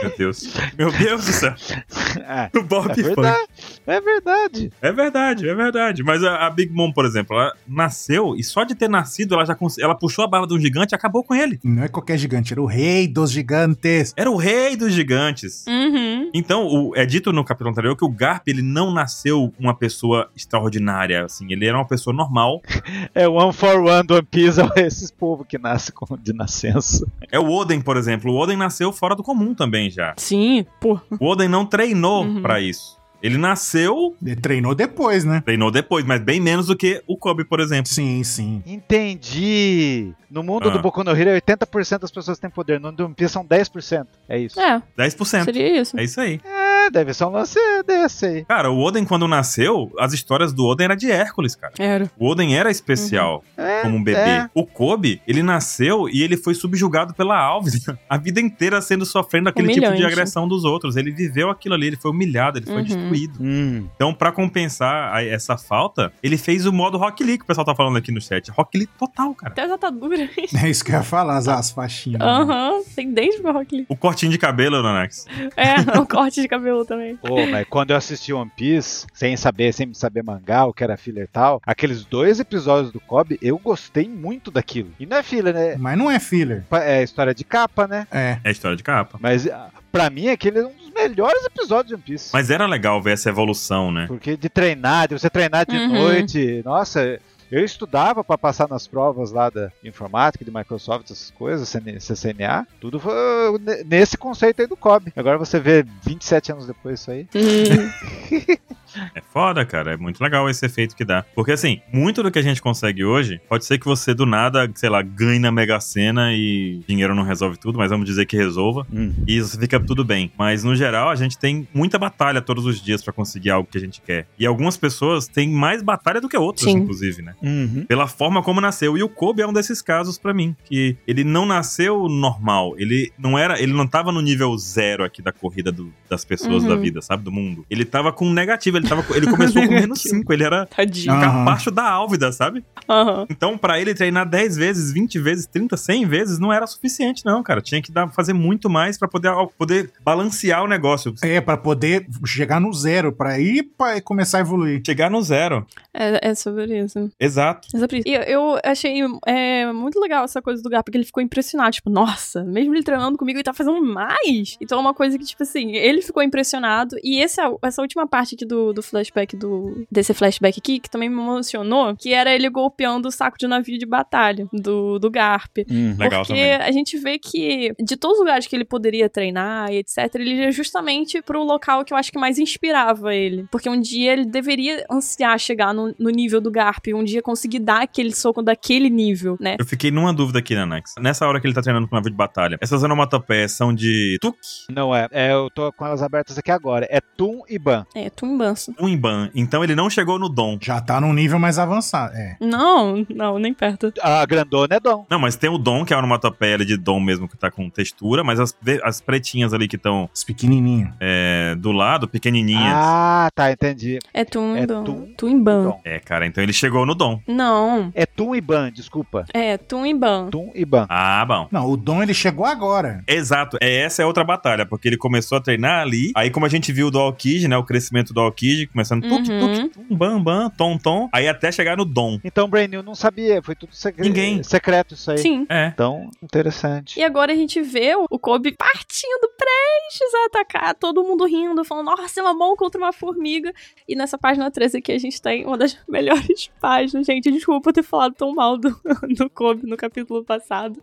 Speaker 1: meu Deus. Meu Deus do céu.
Speaker 4: é,
Speaker 1: O Bob
Speaker 4: é
Speaker 1: foi.
Speaker 4: verdade. É verdade.
Speaker 1: É verdade, é verdade. Mas a, a Big Mom, por exemplo, ela nasceu e só de ter nascido, ela já cons- ela puxou a barba de um gigante e acabou com ele.
Speaker 3: Não é qualquer gigante, era o rei dos gigantes.
Speaker 1: Era o rei dos gigantes.
Speaker 2: Uhum.
Speaker 1: Então, o- é dito no capítulo anterior que o Garp, ele não nasceu uma pessoa extraordinária, assim. Ele era uma pessoa normal.
Speaker 4: É o One for One do One Piece, *laughs* é esses povos que nascem com- de nascença.
Speaker 1: É o Oden, por exemplo. O Oden nasceu fora do comum também já.
Speaker 2: Sim, pô.
Speaker 1: O Oden não treinou
Speaker 2: Uhum.
Speaker 1: pra isso. Ele nasceu,
Speaker 3: Ele treinou depois, né?
Speaker 1: treinou depois, mas bem menos do que o Kobe, por exemplo.
Speaker 3: Sim, sim. *laughs*
Speaker 4: Entendi. No mundo
Speaker 1: Ah.
Speaker 4: do Boku no Hero, 80% das pessoas têm poder. No mundo do One Piece são 10%. É isso.
Speaker 2: É,
Speaker 1: 10%.
Speaker 2: seria isso.
Speaker 1: É isso aí.
Speaker 4: É, deve ser um lance desse aí.
Speaker 1: Cara, o Oden, quando nasceu, as histórias do Oden era de Hércules, cara.
Speaker 2: Era.
Speaker 1: O Oden era especial
Speaker 4: É,
Speaker 1: como um bebê.
Speaker 4: é.
Speaker 1: O Kobe, ele nasceu e ele foi subjugado pela Alves *laughs* a vida inteira sendo sofrendo aquele tipo de
Speaker 2: Humilhante.
Speaker 1: agressão dos outros. Ele viveu aquilo ali, ele foi humilhado, ele foi
Speaker 2: Uhum.
Speaker 1: destruído.
Speaker 4: Hum.
Speaker 1: Então, pra compensar a- essa falta, ele fez o modo Rock Lee, que o pessoal tá falando aqui no chat. Rock Lee total, cara.
Speaker 2: Até as ataduras.
Speaker 3: É isso que eu ia falar, as, as faixinhas.
Speaker 2: Aham, tem desde o Rock Lee.
Speaker 1: O cortinho de cabelo, Nanax.
Speaker 2: É, *laughs* o corte de cabelo também.
Speaker 4: Pô, mas quando eu assisti One Piece, sem saber, sem saber mangá, o que era filler e tal, aqueles dois episódios do Kobe, eu gostei muito daquilo. E não é filler, né?
Speaker 3: Mas não é filler.
Speaker 4: Pa- É história de capa, né?
Speaker 3: É.
Speaker 1: É a história de capa.
Speaker 4: Mas ah, pra mim aquele é um dos melhores episódios de One Piece.
Speaker 1: Mas era legal ver essa evolução, né?
Speaker 4: Porque de treinar, de você treinar de
Speaker 2: Uhum.
Speaker 4: noite, nossa, eu estudava pra passar nas provas lá da informática, de Microsoft, essas coisas, CN CCNA, tudo foi ah,
Speaker 2: Uhum.
Speaker 4: ne- nesse conceito aí do COB. Agora você vê 27 anos depois isso aí.
Speaker 1: É foda, cara. É muito legal esse efeito que dá. Porque, assim, muito do que a gente consegue hoje, pode ser que você do nada, sei lá, ganhe na Mega Sena e dinheiro não resolve tudo, mas vamos dizer que resolva.
Speaker 4: Hum.
Speaker 1: E isso fica tudo bem. Mas, no geral, a gente tem muita batalha todos os dias pra conseguir algo que a gente quer. E algumas pessoas têm mais batalha do que outras,
Speaker 2: Sim.
Speaker 1: inclusive, né?
Speaker 4: Uhum.
Speaker 1: pela forma como nasceu. E o Kobe é um desses casos pra mim, que ele não nasceu normal. Ele não era, ele não tava no nível zero aqui da corrida do- das pessoas
Speaker 2: Uhum.
Speaker 1: da vida, sabe, do mundo. Ele tava com negativo, ele tava, com- ele
Speaker 2: *laughs*
Speaker 1: começou com menos
Speaker 2: Negativo.
Speaker 1: 5, ele era
Speaker 2: *laughs* Tadinho.
Speaker 3: Aham.
Speaker 1: abaixo da Álvida, sabe?
Speaker 2: Aham.
Speaker 1: Então, pra ele treinar 10 vezes, 20 vezes, 30, 100 vezes não era suficiente não, cara. Tinha que dar, fazer muito mais pra poder poder balancear o negócio.
Speaker 3: É, pra poder chegar no zero, pra ir pra começar a evoluir.
Speaker 1: Chegar no zero.
Speaker 2: É, é sobre isso.
Speaker 1: Exato.
Speaker 2: Mas é por isso. E eu, eu achei é, muito legal essa coisa do Gap, porque ele ficou impressionado. Tipo, nossa, mesmo ele treinando comigo, ele tá fazendo mais. Então é uma coisa que, tipo assim, ele ficou impressionado. E esse, essa última parte aqui do, do flashback, do, desse flashback aqui, que também me emocionou, que era ele golpeando o saco de navio de batalha do, do Garp.
Speaker 4: Uhum.
Speaker 1: Legal
Speaker 2: Porque
Speaker 1: também.
Speaker 2: a gente vê que de todos os lugares que ele poderia treinar e etc, ele ia justamente pro local que eu acho que mais inspirava ele. Porque um dia ele deveria ansiar chegar no, no nível do Garp, um dia conseguir dar aquele soco daquele nível, né?
Speaker 1: Eu fiquei numa dúvida aqui, Nanax. Nessa hora que ele tá treinando com o navio de batalha, essas onomatopeias são de tuk
Speaker 4: Não é. é. Eu tô com elas abertas aqui agora. É Tum e Ban.
Speaker 2: É, tumbanço.
Speaker 1: um Imban. Então ele não chegou no Dom.
Speaker 3: Já tá num nível mais avançado. É.
Speaker 2: Não, não, nem perto.
Speaker 4: A grandona é Dom.
Speaker 1: Não, mas tem o Dom, que é a onomatopeia ali de Dom mesmo, que tá com textura, mas as, ve- as pretinhas ali que estão
Speaker 3: Os pequenininhos.
Speaker 1: do lado, pequenininhas.
Speaker 4: Ah, tá, entendi.
Speaker 2: É tum,
Speaker 4: É
Speaker 2: tum,
Speaker 4: tum-
Speaker 2: tumban.
Speaker 4: Dom.
Speaker 1: É, cara, então ele chegou no Dom.
Speaker 2: Não,
Speaker 4: É Tum e Ban, desculpa.
Speaker 2: é tumban.
Speaker 4: Tum e Ban.
Speaker 1: Ah, bom.
Speaker 3: Não, o Dom ele chegou agora.
Speaker 1: Exato, é essa é outra batalha, porque ele começou a treinar ali. Aí, como a gente viu do Alkid, né? O crescimento do Alkid, começando tuk, tuk,
Speaker 2: Uhum.
Speaker 1: tum, bam, bam, tom, tom. Aí até chegar no Dom.
Speaker 4: Então, Brain New não sabia. Foi tudo segre-
Speaker 1: Ninguém.
Speaker 4: secreto isso aí.
Speaker 2: Sim.
Speaker 1: É.
Speaker 4: Então, interessante.
Speaker 2: E agora a gente vê o Kobe partindo prestes a atacar, todo mundo rindo, falando, nossa, é uma mão contra uma formiga. E nessa página 13 aqui a gente tem uma das *laughs* melhores páginas, gente. Desculpa eu ter falado tão mal do, *laughs* do Kobe no capítulo passado.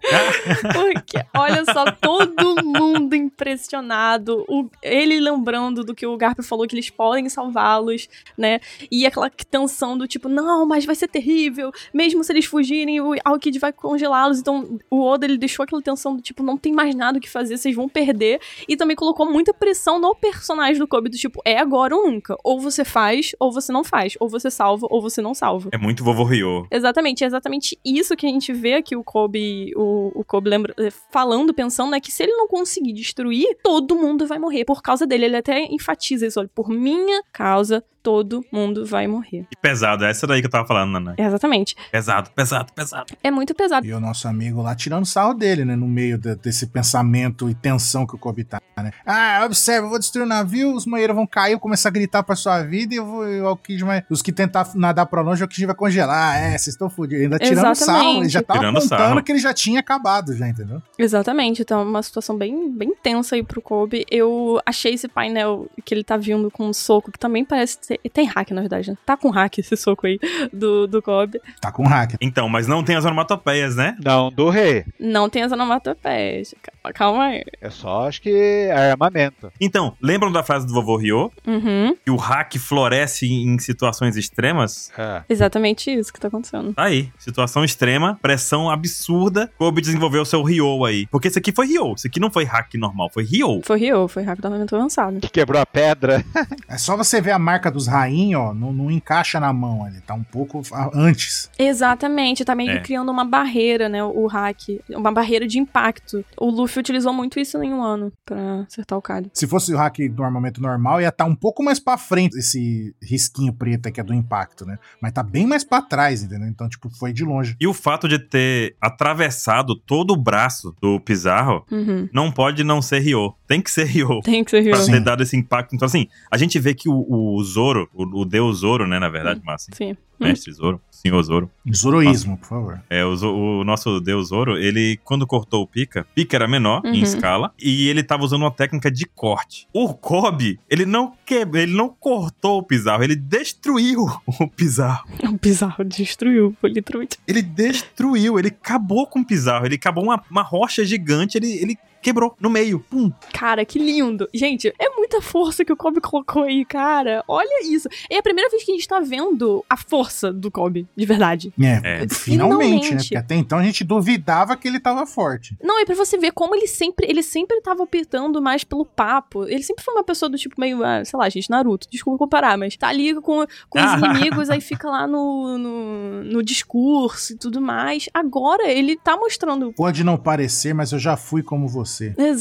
Speaker 2: Porque, olha só, todo mundo impressionado. O- ele lembrando do que o Garp falou, que eles podem salvá-los, né? E aquela tensão do tipo, não, mas vai ser terrível. Mesmo se eles fugirem, o Alkid vai congelá-los. Então, o Oda, ele deixou aquela tensão do tipo, não tem mais nada o que fazer, vocês vão perder. E também colocou muita pressão no personagem do Kobe, do tipo, é agora ou nunca. Ou você faz, ou você não faz. Ou você salva, ou você não salva.
Speaker 1: É muito vovô Ryo.
Speaker 2: Exatamente, é exatamente isso que a gente vê aqui o Kobe, o, o Kobe lembra, eh, falando, pensando, né, que se ele não conseguir destruir, todo mundo vai morrer por causa dele. Ele até enfatiza isso, olha, por minha causa, todo mundo vai morrer.
Speaker 1: E pesado, é essa daí que eu tava falando, Nanai.
Speaker 2: Exatamente.
Speaker 1: Pesado, pesado, pesado.
Speaker 2: É muito pesado.
Speaker 3: E o nosso amigo lá tirando sarro dele, né? No meio de- desse pensamento e tensão que o Kobe tá, né? Ah, observa, eu vou destruir o navio, os maneiros vão cair, eu começar a gritar pra sua vida e eu vou, e o Alkid vai. Os que tentar nadar pra longe, o Alkid vai congelar. É, vocês estão fodidos. Ainda tirando sarro. Ele já tava
Speaker 1: Tirando
Speaker 3: contando
Speaker 1: sarro.
Speaker 3: que ele já tinha acabado, já, entendeu?
Speaker 2: Exatamente, então é uma situação bem, bem tensa aí pro Kobe. Eu achei esse painel que ele tá vindo com um soco, que também parece ser... Tem hack, na verdade, né? Tá com hack esse soco aí do, do Kobe.
Speaker 3: Tá com hack.
Speaker 1: Então, mas não tem as onomatopeias, né?
Speaker 4: Não do rei.
Speaker 2: Não tem as onomatopeias. Calma, calma aí.
Speaker 4: É só, acho que, é armamento.
Speaker 1: Então, lembram da frase do vovô Ryo?
Speaker 2: Uhum,
Speaker 1: Que o hack floresce em situações extremas?
Speaker 4: É.
Speaker 2: exatamente isso que tá acontecendo.
Speaker 1: Tá aí. Situação extrema, pressão absurda. Kobe desenvolveu seu Ryo aí. Porque esse aqui foi Ryo. Esse aqui não foi hack normal, foi Ryo.
Speaker 2: Foi Rio, foi hack do armamento avançado.
Speaker 4: Que quebrou a pedra.
Speaker 3: É só você ver a marca dos rainhos, ó, não, não encaixa na mão ali, tá um pouco a- antes.
Speaker 2: Exatamente, tá meio que
Speaker 1: É.
Speaker 2: criando uma barreira, né? O hack, uma barreira de impacto. O Luffy utilizou muito isso em um ano pra acertar o Kaido.
Speaker 3: Se fosse o hack do armamento normal, ia estar tá um pouco mais pra frente esse risquinho preto que é do impacto, né? Mas tá bem mais pra trás, entendeu? Então, tipo, foi de longe.
Speaker 1: E o fato de ter atravessado todo o braço do Pizarro
Speaker 2: Uhum.
Speaker 1: não pode não ser Ryo. Tem que ser Ryo.
Speaker 2: Tem que ser Rio.
Speaker 1: Pra
Speaker 3: Sim.
Speaker 1: ter dado esse impacto. Então, assim, a gente vê que o, o Zoro, o, o deus Zoro, né, na verdade, Márcio?
Speaker 2: Sim. *laughs*
Speaker 1: Mestre Zoro, senhor Zoro.
Speaker 3: Zoroísmo, por favor.
Speaker 1: É, o, Zo- o nosso deus Zoro, ele, quando cortou o Pika, Pika era menor
Speaker 2: Uhum.
Speaker 1: em escala, e ele tava usando uma técnica de corte. O Kobe, ele não quebrou, ele não cortou o Pizarro, ele destruiu *laughs* o Pizarro.
Speaker 2: O bizarro destruiu o Politrute.
Speaker 1: Ele destruiu, ele acabou com o Pizarro, ele acabou uma, uma rocha gigante, ele, ele quebrou no meio. Pum.
Speaker 2: Cara, que lindo. Gente, é muita força que o Kobe colocou aí, cara. Olha isso. É a primeira vez que a gente tá vendo a força do Kobe, de verdade.
Speaker 1: É.
Speaker 3: É, finalmente, né?
Speaker 2: Finalmente.
Speaker 3: Porque até então a gente duvidava que ele tava forte.
Speaker 2: Não, e pra você ver como ele sempre, ele sempre tava optando mais pelo papo. Ele sempre foi uma pessoa do tipo meio, ah, sei lá, gente, Naruto, desculpa comparar, mas tá ali com, com os
Speaker 1: Ah.
Speaker 2: inimigos, aí fica lá no, no, no discurso e tudo mais. Agora ele tá mostrando.
Speaker 3: Pode não parecer, mas eu já fui como você.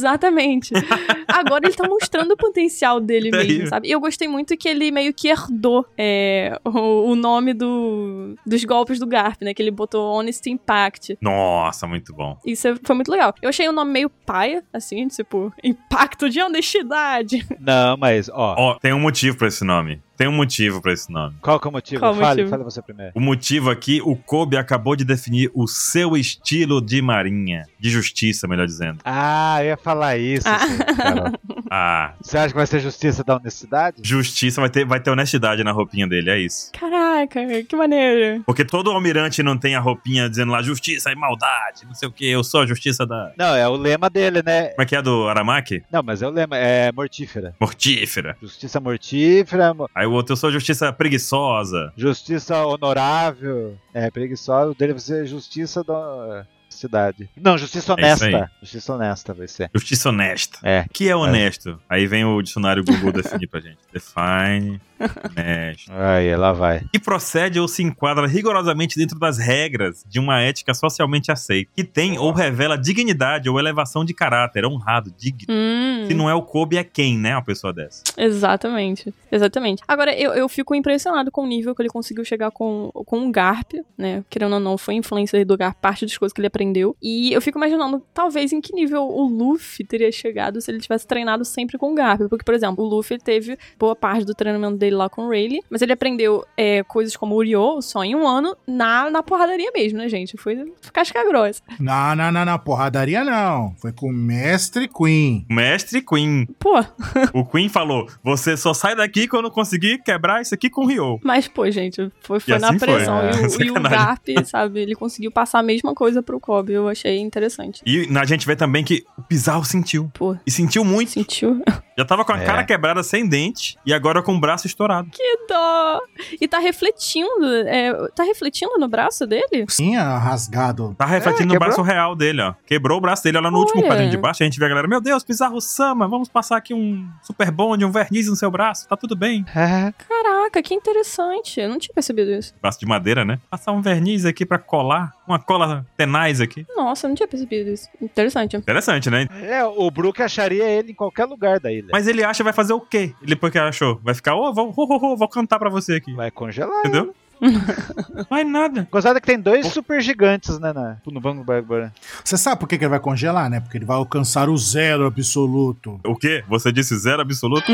Speaker 2: Exatamente. Agora ele tá mostrando o potencial dele
Speaker 1: Daí,
Speaker 2: mesmo,
Speaker 1: né?
Speaker 2: sabe? E eu gostei muito que ele meio que herdou é, o, o nome do, dos golpes do Garp, né? Que ele botou Honest Impact.
Speaker 1: Nossa, muito bom.
Speaker 2: Isso é- foi muito legal. Eu achei o nome meio paia, assim, tipo, impacto de honestidade.
Speaker 4: *laughs*
Speaker 2: *laughs*
Speaker 4: Não, mas, ó.
Speaker 1: Ó, tem um motivo pra esse nome. Tem um motivo pra esse nome.
Speaker 4: Qual que é o motivo?
Speaker 2: Qual o
Speaker 4: fale,
Speaker 2: motivo?
Speaker 4: fale você primeiro.
Speaker 1: O motivo aqui, o Kobe acabou de definir o seu estilo de marinha. De justiça, melhor dizendo.
Speaker 4: Ah, eu ia falar isso.
Speaker 2: Ah.
Speaker 4: sim, Carol.
Speaker 1: Ah,
Speaker 4: Você acha que vai ser justiça da honestidade?
Speaker 1: justiça vai ter, vai ter honestidade na roupinha dele, é isso.
Speaker 2: Caraca, que maneiro.
Speaker 1: Porque todo almirante não tem a roupinha dizendo lá justiça e maldade, não sei o que, eu sou a justiça da.
Speaker 4: Não, é o lema dele, né?
Speaker 1: Como é que é do Aramaki?
Speaker 4: Não, mas é o lema. É mortífera.
Speaker 1: Mortífera.
Speaker 4: Justiça mortífera, mo-
Speaker 1: Aí o outro, eu sou a justiça preguiçosa.
Speaker 4: justiça honorável. É, preguiçosa. Deve ser justiça da cidade. Não, justiça
Speaker 1: É isso
Speaker 4: honesta.
Speaker 1: aí.
Speaker 4: justiça honesta vai ser.
Speaker 1: Justiça honesta.
Speaker 4: É.
Speaker 1: Que é honesto. Aí vem o dicionário Google definir pra gente. Define honesto.
Speaker 4: Aí, lá vai.
Speaker 1: Que procede ou se enquadra rigorosamente dentro das regras de uma ética socialmente aceita. Que tem ou revela dignidade ou elevação de caráter. É honrado, digno.
Speaker 2: Hum,
Speaker 1: Se não é o Kobe, é quem, né? Uma pessoa dessa.
Speaker 2: exatamente, exatamente. Agora, eu, eu fico impressionado com o nível que ele conseguiu chegar com, com o Garp, né? Querendo ou não, foi influência do Garp, parte das coisas que ele aprendeu. E eu fico imaginando, talvez, em que nível o Luffy teria chegado se ele tivesse treinado sempre com o Garp. Porque, por exemplo, o Luffy teve boa parte do treinamento dele lá com o Rayleigh, mas ele aprendeu é, coisas como o Ryo só em um ano na, na porradaria mesmo, né, gente? Foi casca grossa.
Speaker 3: Não, não, não, não. Porradaria não. Foi com o mestre Queen.
Speaker 1: Mestre Queen.
Speaker 2: Pô,
Speaker 1: O Queen falou: você só sai daqui quando conseguir quebrar isso aqui com o Ryo.
Speaker 2: Mas, pô, gente, foi, foi
Speaker 1: E
Speaker 2: na
Speaker 1: assim foi.
Speaker 2: pressão.
Speaker 1: *laughs* É,
Speaker 2: E o- e, o,
Speaker 1: sacanagem.
Speaker 2: Garp, sabe, ele conseguiu passar a mesma coisa pro Kobe. Eu achei interessante.
Speaker 1: E a gente vê também que o Pizarro sentiu.
Speaker 2: Pô.
Speaker 1: E sentiu muito.
Speaker 2: Sentiu? *laughs*
Speaker 1: Já tava com a
Speaker 4: É.
Speaker 1: cara quebrada sem dente e agora com o braço estourado.
Speaker 2: Que dó! E tá refletindo. é, tá refletindo no braço dele?
Speaker 3: Sim, ah, rasgado.
Speaker 1: Tá refletindo no
Speaker 4: É, quebrou.
Speaker 1: braço real dele, ó. Quebrou o braço dele, olha no último
Speaker 2: Olha.
Speaker 1: quadrinho de baixo. A gente vê a galera: Meu Deus, Pizarro Sama, vamos passar aqui um super bonde, um verniz no seu braço, tá tudo bem.
Speaker 2: Caraca, que interessante. Eu não tinha percebido isso.
Speaker 1: Braço de madeira, né? Passar um verniz aqui pra colar, uma cola tenaz aqui.
Speaker 2: Nossa, eu não tinha percebido isso. Interessante.
Speaker 1: Interessante, né?
Speaker 4: *laughs* é, o Brook acharia ele em qualquer lugar da ilha.
Speaker 1: É. Mas ele acha vai fazer o quê? Ele porque achou, vai ficar, ô, vou, vou, vou, vou cantar pra você aqui.
Speaker 4: Vai congelar.
Speaker 1: Entendeu? Vai nada.
Speaker 4: Gozada que tem dois super gigantes, né? na- no Banco Bárbara.
Speaker 3: Você sabe por que, que ele vai congelar, né? Porque ele vai alcançar o zero absoluto.
Speaker 1: O quê? Você disse zero absoluto?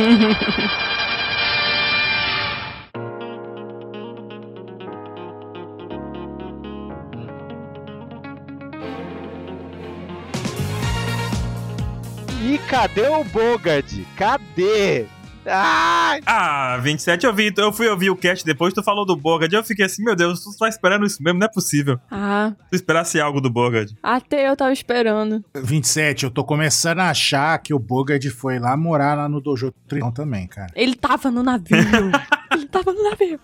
Speaker 4: E cadê o Bogard? Cadê? Ah,
Speaker 1: *laughs* Ah, 27 eu vi. Eu fui ouvir o cast depois, tu falou do Bogard. Eu fiquei assim, meu Deus, tu tá esperando isso mesmo? Não é possível.
Speaker 2: Ah,
Speaker 1: Tu esperasse algo do Bogard.
Speaker 2: até eu tava esperando.
Speaker 3: 27, eu tô começando a achar que o Bogard foi lá morar lá no Dojo Trilhão também, cara.
Speaker 2: Ele tava
Speaker 1: *laughs*
Speaker 2: no navio. ele tava no navio.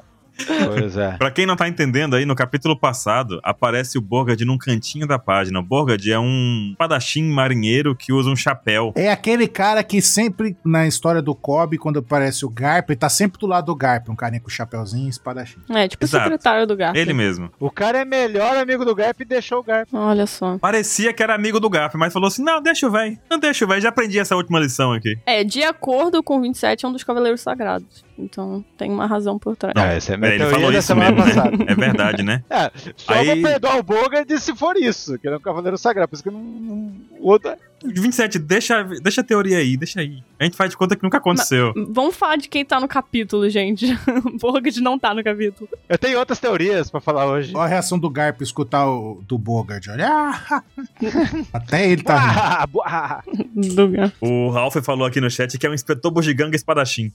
Speaker 4: pois é.
Speaker 1: Pra quem não tá entendendo aí, no capítulo passado, aparece o Bogard num cantinho da página. O Bogard é um padachim marinheiro que usa um chapéu.
Speaker 3: É aquele cara que sempre, na história do Kobe, quando aparece o Garp, ele tá sempre do lado do Garp, um carinha com chapéuzinho e espadachim.
Speaker 2: É, tipo
Speaker 1: Exato.
Speaker 2: o secretário do Garp.
Speaker 1: Ele mesmo.
Speaker 4: O cara é melhor amigo do Garp e deixou o Garp.
Speaker 2: Olha só.
Speaker 1: Parecia que era amigo do Garp, mas falou assim: não, deixa o véi. Não deixa o véi. Já aprendi essa última lição aqui.
Speaker 2: É, de acordo com o 27, é um dos Cavaleiros Sagrados. Então tem uma razão por trás.
Speaker 4: Não, esse é
Speaker 1: Peraí, ele
Speaker 4: teoria
Speaker 1: falou
Speaker 4: da
Speaker 1: isso
Speaker 4: semana
Speaker 1: mesmo. né?
Speaker 4: passada.
Speaker 1: É verdade, né?
Speaker 4: É, só
Speaker 1: Aí-
Speaker 4: vou perdoar o Bogard se for isso, que ele é um cavaleiro sagrado. Por isso que não. não- o outro.
Speaker 1: 27, deixa, deixa a teoria aí, deixa aí. A gente faz de conta que nunca aconteceu.
Speaker 2: Vamos falar de quem tá no capítulo, gente. *laughs* Borged não tá no capítulo.
Speaker 4: Eu tenho outras teorias pra falar hoje.
Speaker 3: Olha a reação do Garp escutar o do Bogard. Olha. *laughs* ah, Até ele tá rindo.
Speaker 4: Ah, bo- ah.
Speaker 2: Duga.
Speaker 1: O Ralph falou aqui no chat que é um inspetor bugiganga espadachim.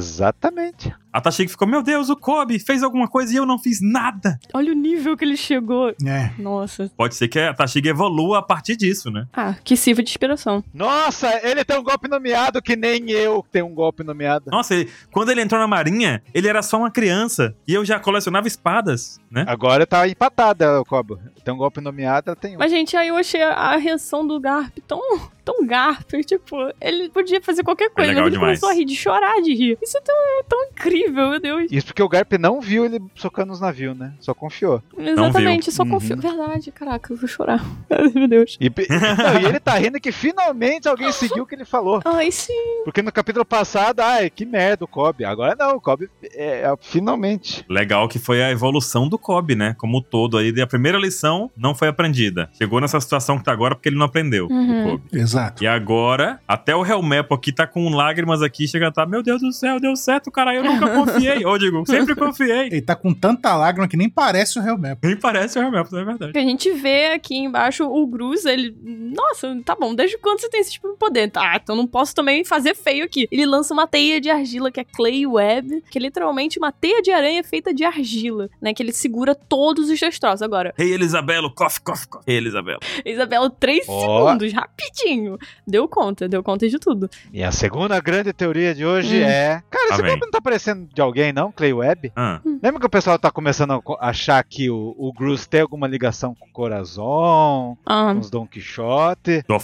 Speaker 4: Exatamente.
Speaker 1: A Tashiki ficou, meu Deus, o Kobe fez alguma coisa e eu não fiz nada.
Speaker 2: Olha o nível que ele chegou.
Speaker 3: É.
Speaker 2: Nossa.
Speaker 1: Pode ser que a Tashiki evolua a partir disso, né?
Speaker 2: Ah, que se possível de inspiração.
Speaker 4: Nossa, ele tem um golpe nomeado que nem eu tenho um golpe nomeado.
Speaker 1: Nossa, ele- quando ele entrou na marinha, ele era só uma criança. E eu já colecionava espadas, né?
Speaker 4: Agora tá empatada, o Cobo. Tem um golpe nomeado, ela tem um.
Speaker 2: Mas, gente, aí eu achei a reação do Garp tão, tão Garp. Tipo, ele podia fazer qualquer coisa.
Speaker 1: legal
Speaker 2: mas ele
Speaker 1: demais.
Speaker 2: começou a rir, de chorar de rir. Isso é tão, tão incrível, meu Deus.
Speaker 4: Isso porque o Garp não viu ele socando os navios, né? Só confiou.
Speaker 2: Exatamente, só
Speaker 4: Uhum.
Speaker 2: confio. Verdade, caraca, eu vou chorar. *laughs* meu Deus.
Speaker 4: E, pe- Não, e ele tá rindo que finalmente alguém seguiu o que ele falou.
Speaker 2: Ai, sim.
Speaker 4: Porque no capítulo passado, ai, que merda o Cobb. Agora não, o Cobb é, é- finalmente.
Speaker 1: Legal que foi a evolução do Kobe, né? Como um todo aí. E A primeira lição não foi aprendida. Chegou nessa situação que tá agora porque ele não aprendeu,
Speaker 2: Uhum.
Speaker 1: o Kobe.
Speaker 3: Exato.
Speaker 1: E agora, até o Helmepo aqui tá com lágrimas aqui, chega a tá, meu Deus do céu, deu certo, cara, eu nunca confiei. Ou digo, sempre confiei.
Speaker 3: Ele tá com tanta lágrima que nem parece o Real Map.
Speaker 1: Nem parece o Helmepo, não é verdade.
Speaker 2: Porque a gente vê aqui embaixo o Gruz, ele. Nossa, tá bom, desde quando você tem esse tipo de poder? Tá, então não posso também fazer feio aqui. Ele lança uma teia de argila, que é Clay Web, que é literalmente uma teia de aranha feita de argila, né? Que ele segura todos os destroços. Agora,
Speaker 1: Rei Elisabelo, cof, cof, cof. Rei Elisabelo.
Speaker 2: Isabela, três
Speaker 4: Ó.
Speaker 2: segundos, rapidinho. Deu conta, deu conta de tudo.
Speaker 4: E a segunda grande teoria de hoje
Speaker 2: Hum.
Speaker 4: é. Cara, esse
Speaker 1: Amém.
Speaker 4: golpe não tá parecendo de alguém, não, Clay Webb?
Speaker 1: Ah,
Speaker 4: Lembra que o pessoal tá começando a co- achar que o, o Gruz tem alguma ligação com o Corazon,
Speaker 2: Ah,
Speaker 4: com os Don Quixote?
Speaker 1: do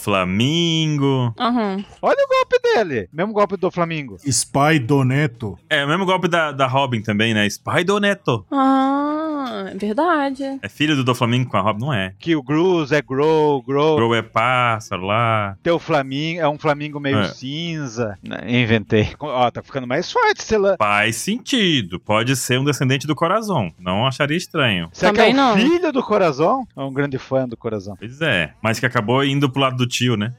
Speaker 1: Flamingo.
Speaker 2: aham.
Speaker 4: Olha o golpe dele! Mesmo golpe do Flamingo.
Speaker 3: Spy Doneto.
Speaker 1: É, o mesmo golpe da, da Robin também, né? Spy do Neto.
Speaker 2: Ah, é verdade.
Speaker 1: É filho do do Flamingo com a Robin? Não é.
Speaker 4: Que o Gruz é Grow, Grow.
Speaker 1: Bro é pássaro lá.
Speaker 4: Teu Flamingo é um Flamingo meio
Speaker 1: É.
Speaker 4: cinza. Né, Inventei. Ó, tá ficando mais forte, sei lá.
Speaker 1: Faz sentido. Pode ser um descendente do Corazon. Não acharia estranho.
Speaker 4: Será
Speaker 2: Também
Speaker 4: que é o
Speaker 2: não.
Speaker 4: filho do Corazon? É um grande fã do Corazon.
Speaker 1: Pois é. Mas que acabou indo pro lado do tio, né?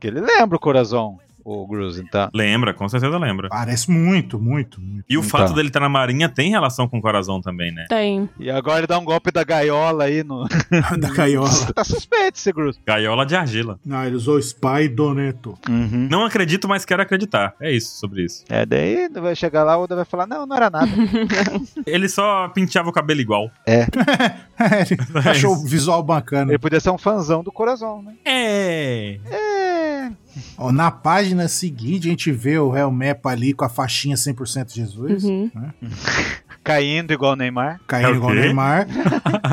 Speaker 4: Que ele lembra o Corazon, o Gruz, então.
Speaker 1: Lembra, com certeza lembra.
Speaker 3: Parece muito, muito, muito. *laughs*
Speaker 1: E o
Speaker 4: Então.
Speaker 1: fato dele estar na marinha tem relação com o Corazon também, né?
Speaker 2: Tem.
Speaker 4: E agora ele dá um golpe da gaiola aí no. *laughs*
Speaker 3: da gaiola.
Speaker 4: tá suspeito esse Gruz.
Speaker 1: Gaiola de argila.
Speaker 3: Não, ele usou Spy *laughs* Doneto.
Speaker 4: Uhum.
Speaker 1: Não acredito, mas quero acreditar. É isso sobre isso.
Speaker 4: É, daí vai chegar lá, o Oda vai falar, não, não era
Speaker 2: *laughs*
Speaker 4: nada.
Speaker 1: Ele só penteava o cabelo igual.
Speaker 3: É,
Speaker 1: *laughs*
Speaker 3: ele achou o visual bacana.
Speaker 4: ele podia ser um fãzão do Corazon, né?
Speaker 1: É.
Speaker 4: É.
Speaker 3: Ó, na página seguinte, a gente vê o Real Map ali com a faixinha 100% Jesus,
Speaker 2: Uhum.
Speaker 4: Caindo igual o Neymar.
Speaker 1: É
Speaker 3: caindo
Speaker 1: o
Speaker 3: igual o
Speaker 1: quê? *laughs*
Speaker 3: Neymar.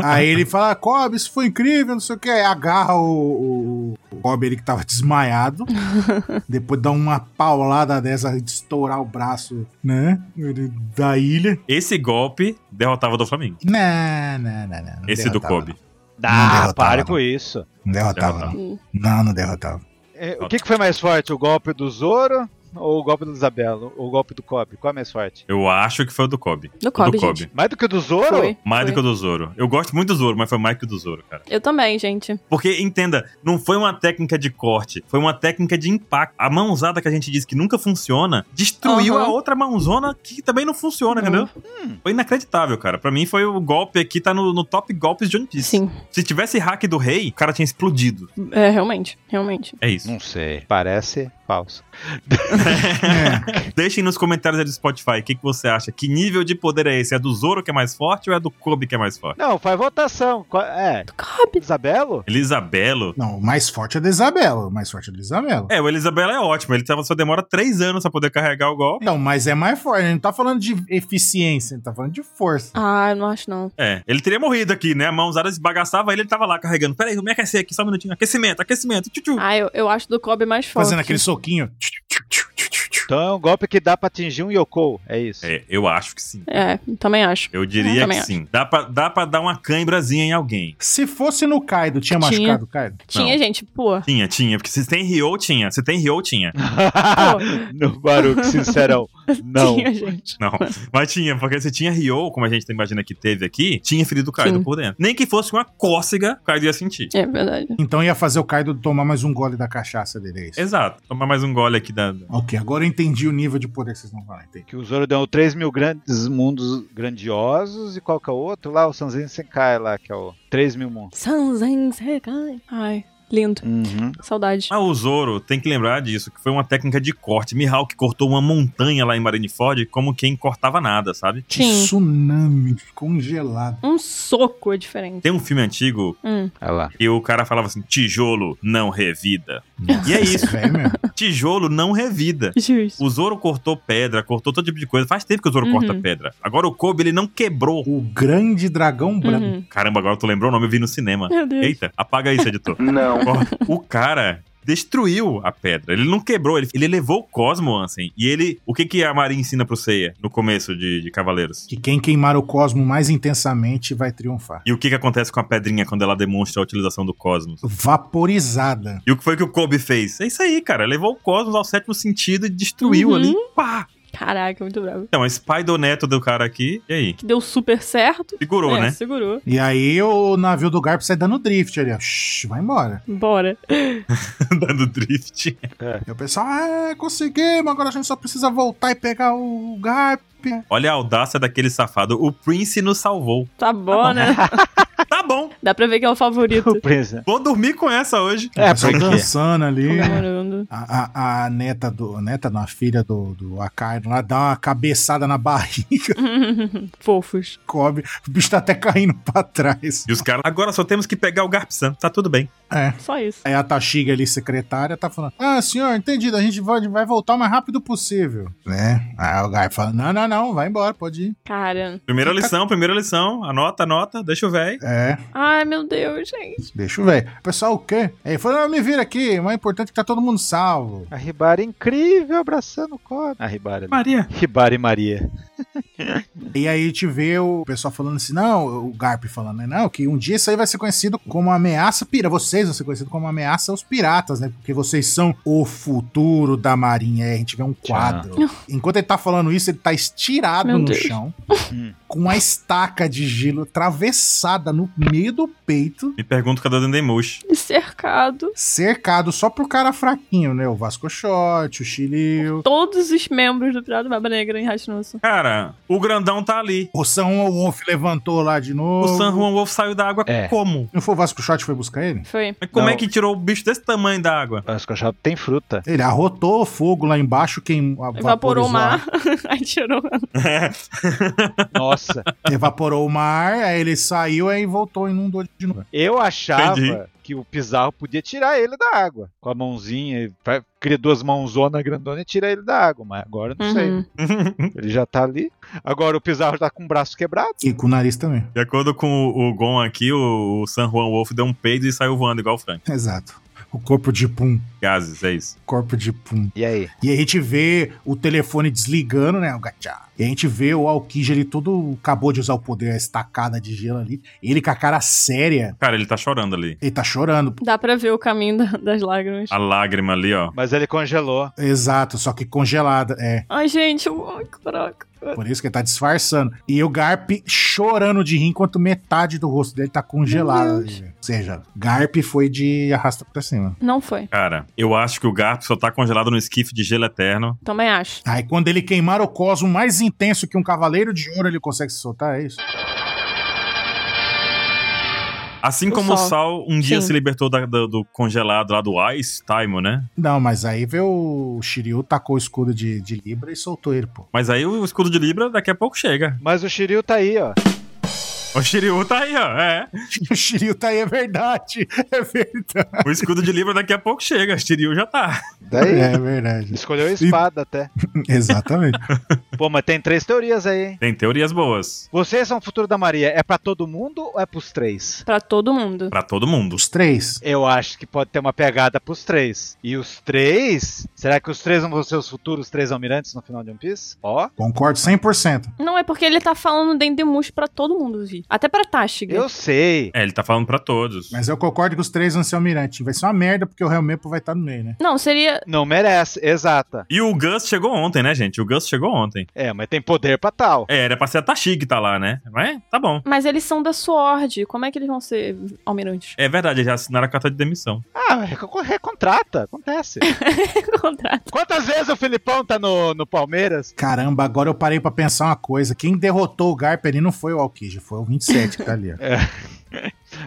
Speaker 3: Aí ele fala, Cobb, isso foi incrível, não sei o que. Aí agarra o, o, o Cobb, ele que tava desmaiado. Depois dá uma paulada dessa de estourar o braço, né? Ele- Da ilha.
Speaker 1: Esse golpe derrotava o do Flamengo.
Speaker 3: Não, não, não, não. não
Speaker 1: Esse do
Speaker 3: derrotava,
Speaker 1: Kobe.
Speaker 4: Ah,
Speaker 3: derrotava,
Speaker 4: pare
Speaker 3: não.
Speaker 4: com isso.
Speaker 3: Não, não derrotava.
Speaker 1: Derrotava.
Speaker 3: Não, não, não derrotava.
Speaker 4: É, o que, que foi mais forte, o golpe do Zoro ou o golpe do Isabelo? Ou o golpe do Kobe? Qual é mais forte?
Speaker 1: Eu acho que foi o do Kobe.
Speaker 2: Do Kobe,
Speaker 1: do Kobe.
Speaker 2: gente.
Speaker 4: Mais do que o do Zoro?
Speaker 2: Foi.
Speaker 1: Mais do que
Speaker 2: foi.
Speaker 1: o do Zoro. Eu gosto muito do Zoro, mas foi mais que o do Zoro, cara.
Speaker 2: Eu também, gente.
Speaker 1: Porque, entenda, não foi uma técnica de corte, foi uma técnica de impacto. A mãozada que a gente disse que nunca funciona, destruiu
Speaker 2: Aham.
Speaker 1: a outra mãozona que também não funciona,
Speaker 2: Uhum.
Speaker 1: entendeu? Foi inacreditável, cara. Pra mim foi o golpe aqui, tá no, no top golpes de One Piece.
Speaker 2: Sim.
Speaker 1: Se tivesse hack do rei, o cara tinha explodido.
Speaker 2: É, realmente, realmente.
Speaker 1: É isso.
Speaker 4: Não sei. Parece falso.
Speaker 1: Deixem nos comentários aí do Spotify o que, que você acha. Que nível de poder é esse? É do Zoro que é mais forte ou é do Kobe que é mais forte?
Speaker 4: Não, faz votação. Qual- É,
Speaker 2: Do Kobe.
Speaker 4: Isabelo?
Speaker 1: Elisabelo.
Speaker 3: Não, o mais forte é da Isabela. O mais forte é da Isabela.
Speaker 1: É, o Elisabelo é ótimo. Ele tava- só demora três anos pra poder carregar o golpe.
Speaker 3: Então, mas é mais forte. A gente não tá falando de eficiência, a gente tá falando de força.
Speaker 2: Ah, eu não acho não.
Speaker 1: É, ele teria morrido aqui, né? A mãozada esbagaçava ele, ele tava lá carregando. Peraí, vou me aquecer aqui, só um minutinho. Aquecimento, aquecimento. Tchutchu.
Speaker 2: Ah, eu, eu acho do Kobe mais forte.
Speaker 3: Fazendo aquele soquinho.
Speaker 4: Então é um golpe que dá pra atingir um Yoko. É isso.
Speaker 1: É, eu acho que sim.
Speaker 2: É, também acho.
Speaker 1: Eu
Speaker 2: Eu
Speaker 1: diria
Speaker 2: também
Speaker 1: que sim. Dá pra, dá pra dar uma cãibrazinha em alguém.
Speaker 3: Se fosse no Kaido, tinha
Speaker 2: Tinha.
Speaker 3: machucado o Kaido?
Speaker 2: Tinha, gente, pô.
Speaker 1: Tinha, tinha. Porque se tem Ryo, tinha. Se tem Ryo,
Speaker 2: *laughs*
Speaker 1: tinha.
Speaker 4: *laughs* no Baruque, sincerão. Não.
Speaker 2: Tinha, gente.
Speaker 1: Não, mas tinha, porque se tinha Ryo, como a gente imagina que teve aqui, tinha ferido o Kaido
Speaker 2: Sim.
Speaker 1: por dentro. Nem que fosse uma cócega, o Kaido ia sentir.
Speaker 2: É verdade.
Speaker 3: Então ia fazer o Kaido tomar mais um gole da cachaça dele, é isso?
Speaker 1: Exato. Tomar mais um gole aqui da. da-
Speaker 3: Ok, agora eu entendi o nível de poder que vocês não falam, entendi.
Speaker 4: Que o Zoro deu 3 mil grandes mundos grandiosos e qual que é o outro lá? O Sanzin Senkai lá, que é o 3 mil mundos.
Speaker 2: Sanzen Sekai. Ai, Lindo.
Speaker 4: Uhum.
Speaker 2: Saudade.
Speaker 1: Mas Ah, o Zoro tem que lembrar disso, que foi uma técnica de corte. Mihawk cortou uma montanha lá em Marineford como quem cortava nada, sabe?
Speaker 2: Sim.
Speaker 3: Tsunami congelado.
Speaker 2: Um soco é diferente.
Speaker 1: Tem um filme antigo
Speaker 2: Hum.
Speaker 4: Olha lá.
Speaker 1: e o cara falava assim: tijolo não revida. E é isso,
Speaker 3: É mesmo?
Speaker 1: tijolo não revida.
Speaker 2: Justo.
Speaker 1: O Zoro cortou pedra, cortou todo tipo de coisa. Faz tempo que o Zoro
Speaker 2: Uhum.
Speaker 1: corta pedra. Agora o Kobe, ele não quebrou.
Speaker 3: O grande dragão branco.
Speaker 2: Uhum.
Speaker 1: Caramba, agora tu lembrou o nome, eu vi no cinema.
Speaker 2: Meu Deus.
Speaker 1: Eita, apaga isso, editor. Não. O cara destruiu a pedra. Ele não quebrou, ele, ele levou o Cosmo, Ansem. E ele... O que que a Maria ensina pro Seiya no começo de, de Cavaleiros?
Speaker 3: Que quem queimar o cosmo mais intensamente vai triunfar.
Speaker 1: E o que que acontece com a pedrinha quando ela demonstra a utilização do Cosmos?
Speaker 3: Vaporizada.
Speaker 1: E o que foi que o Kobe fez? É isso aí, cara. Levou o Cosmos ao sétimo sentido e destruiu
Speaker 2: Uhum.
Speaker 1: ali. Pá!
Speaker 2: Caraca, muito bravo.
Speaker 1: Então, esse pai do neto do cara aqui. E aí?
Speaker 2: Que deu super certo.
Speaker 1: Segurou,
Speaker 2: É,
Speaker 1: né? *laughs*
Speaker 2: Segurou.
Speaker 3: E aí o navio do Garp sai dando drift ali, ó. Shhh, vai embora.
Speaker 2: Bora.
Speaker 1: Dando drift.
Speaker 3: E o pessoal, é, conseguimos, agora a gente só precisa voltar e pegar o Garp.
Speaker 1: Olha a audácia daquele safado. O Prince nos salvou.
Speaker 2: Tá bom, né?
Speaker 1: Tá bom,
Speaker 2: Dá pra ver que é o
Speaker 4: *laughs*
Speaker 2: favorito.
Speaker 4: *laughs* O Prince. né?
Speaker 1: vou dormir com essa hoje.
Speaker 3: O
Speaker 4: É,
Speaker 3: pessoal
Speaker 4: porque.
Speaker 3: dançando ali.
Speaker 2: Comemorando.
Speaker 3: A, a- a neta do. A neta não, a filha do, do Akai lá dá uma cabeçada na barriga,
Speaker 2: *laughs* Fofos.
Speaker 3: cobre. O bicho tá até caindo pra trás.
Speaker 1: E os caras, agora só temos que pegar o Garpsan. Tá tudo bem.
Speaker 3: É.
Speaker 2: Só isso.
Speaker 3: Aí a Tashiga ali, secretária, tá falando: Ah, senhor, entendido, a gente vai, vai voltar o mais rápido possível. Né? Aí o Garp fala: Não, não, não, vai embora, pode ir.
Speaker 2: Cara.
Speaker 1: Primeira lição, primeira lição. Anota, anota, deixa o véi.
Speaker 3: É.
Speaker 2: Ai, meu Deus, gente.
Speaker 3: Deixa eu ver. Pessoal, o quê? Aí falou, não, me vira aqui, mas é importante que tá todo mundo salvo.
Speaker 4: A Ribara é incrível abraçando o Kobe. A Ribara. ali.
Speaker 1: Maria.
Speaker 4: Ribara e Maria.
Speaker 3: E aí te vê o pessoal falando assim, não, o Garp falando, né? Não, que um dia isso aí vai ser conhecido como uma ameaça pira. Vocês vão ser conhecidos como uma ameaça aos piratas, né? Porque vocês são o futuro da marinha. Aí a gente vê um quadro. *laughs* Enquanto ele tá falando isso, ele tá estirado
Speaker 2: Meu
Speaker 3: no
Speaker 1: *laughs*
Speaker 2: Deus.
Speaker 3: chão,
Speaker 1: Hum.
Speaker 3: com a estaca de gelo atravessada no meio do peito.
Speaker 1: Me pergunto cadê o Dendemush.
Speaker 2: E cercado.
Speaker 3: Cercado só pro cara fraquinho, né? O Vasco Short, o Chilio.
Speaker 2: Todos os membros do Pirata Baba Negra em Rasnosso.
Speaker 1: Cara, o grandão tá ali.
Speaker 3: O San Juan Wolf levantou lá de
Speaker 1: O
Speaker 3: novo.
Speaker 1: San Juan Wolf saiu da água
Speaker 4: É.
Speaker 1: como?
Speaker 3: Não foi o Vasco Shot que foi buscar ele?
Speaker 2: Foi.
Speaker 1: Mas como
Speaker 4: Não.
Speaker 1: é que tirou o bicho desse tamanho da
Speaker 4: *laughs*
Speaker 1: água?
Speaker 4: Mas o cachorro tem fruta.
Speaker 3: *laughs* Ele arrotou o fogo lá embaixo, quem
Speaker 2: Evaporou o mar. *laughs* Aí tirou.
Speaker 4: Nossa.
Speaker 3: *laughs* Evaporou o mar, aí ele saiu aí voltou e inundou de novo.
Speaker 4: Eu achava
Speaker 1: Entendi.
Speaker 4: que o Pizarro podia tirar ele da água. Com a mãozinha, e vai- cria duas mãozonas grandona e tira ele da água. Mas agora eu não sei.
Speaker 2: Uhum.
Speaker 4: Ele já tá ali. Agora o Pizarro tá com o braço quebrado.
Speaker 3: E com o nariz também. *laughs*
Speaker 1: De acordo com o, o Gon aqui, o, o San Juan Wolf deu um peido e saiu voando igual o Frank.
Speaker 3: Exato. O corpo de pum.
Speaker 1: Gases, é isso.
Speaker 3: Corpo de pum.
Speaker 4: E aí?
Speaker 3: E a gente vê o telefone desligando, né? O gachá. E a gente vê o Alkija ele todo. Acabou de usar o poder, a estacada de gelo ali. Ele com a cara séria.
Speaker 1: Cara, ele tá chorando ali.
Speaker 3: Ele tá chorando.
Speaker 2: Dá pra ver o caminho da- das lágrimas.
Speaker 1: A lágrima ali, ó.
Speaker 4: Mas ele congelou.
Speaker 3: Exato, só que congelada. É.
Speaker 2: Ai, gente, eu... Ai, caraca.
Speaker 3: Por isso que ele tá disfarçando. E o Garp chorando de rir enquanto metade do rosto dele tá congelado.
Speaker 2: Meu Deus.
Speaker 3: Ou seja, Garp foi de arrasta pra cima.
Speaker 2: Não foi.
Speaker 1: Cara, eu acho que o Garp só tá congelado no esquife de gelo eterno.
Speaker 2: Também acho.
Speaker 3: Aí quando ele queimar o cosmo mais intenso que um cavaleiro de ouro, ele consegue se soltar, é isso?
Speaker 1: Assim
Speaker 2: O
Speaker 1: como
Speaker 2: Sol.
Speaker 1: o Sal um dia
Speaker 2: Sim.
Speaker 1: se libertou da- da- do congelado lá do Ice Time, né?
Speaker 3: Não, mas aí vê o Shiryu tacou o escudo de, de Libra e soltou ele, pô. *laughs*
Speaker 1: Mas aí o escudo de Libra daqui a pouco chega.
Speaker 4: Mas o Shiryu tá aí, ó.
Speaker 1: O Shiryu tá aí, ó. É.
Speaker 3: O Shiryu tá aí, é verdade. *laughs* É verdade.
Speaker 1: O escudo de Libra daqui a pouco chega. O Shiryu já tá.
Speaker 4: Daí.
Speaker 3: É verdade.
Speaker 4: Escolheu a espada até.
Speaker 3: Exatamente.
Speaker 4: Pô, mas tem três teorias aí, hein?
Speaker 1: Tem teorias boas.
Speaker 4: Vocês são o futuro da Maria. É pra todo mundo ou é pros três?
Speaker 2: Pra todo mundo.
Speaker 1: Pra todo mundo.
Speaker 3: Os três.
Speaker 4: Eu acho que pode ter uma pegada pros três. E os três? Será que os três não vão ser os futuros três almirantes no final de One Piece? Ó.
Speaker 3: Concordo 100%.
Speaker 2: Não, é porque ele tá falando Dendemush pra todo mundo, Vi. Até pra Tashiga.
Speaker 4: Eu sei.
Speaker 1: É, ele tá falando pra todos.
Speaker 3: Mas eu concordo que os três vão ser almirante. Vai ser uma merda porque o Helmepo vai estar no meio, né?
Speaker 2: Não, seria...
Speaker 4: Não merece, exata.
Speaker 1: E o Gus chegou ontem, né, gente? O Gus chegou ontem.
Speaker 4: É, mas tem poder pra tal.
Speaker 1: É, era pra ser a Tashi que tá lá, né? Mas tá bom.
Speaker 2: Mas eles são da Sword. Como é que eles vão ser *laughs* almirantes?
Speaker 1: É verdade, eles já assinaram a carta de demissão.
Speaker 4: Ah, recon- recontrata, acontece.
Speaker 2: Contrato.
Speaker 4: *laughs* Quantas vezes o Filipão tá no, no Palmeiras?
Speaker 3: Caramba, agora eu parei pra pensar uma coisa. Quem derrotou o Garp ali não foi o Alkiji, foi o 27 que tá ali. ó.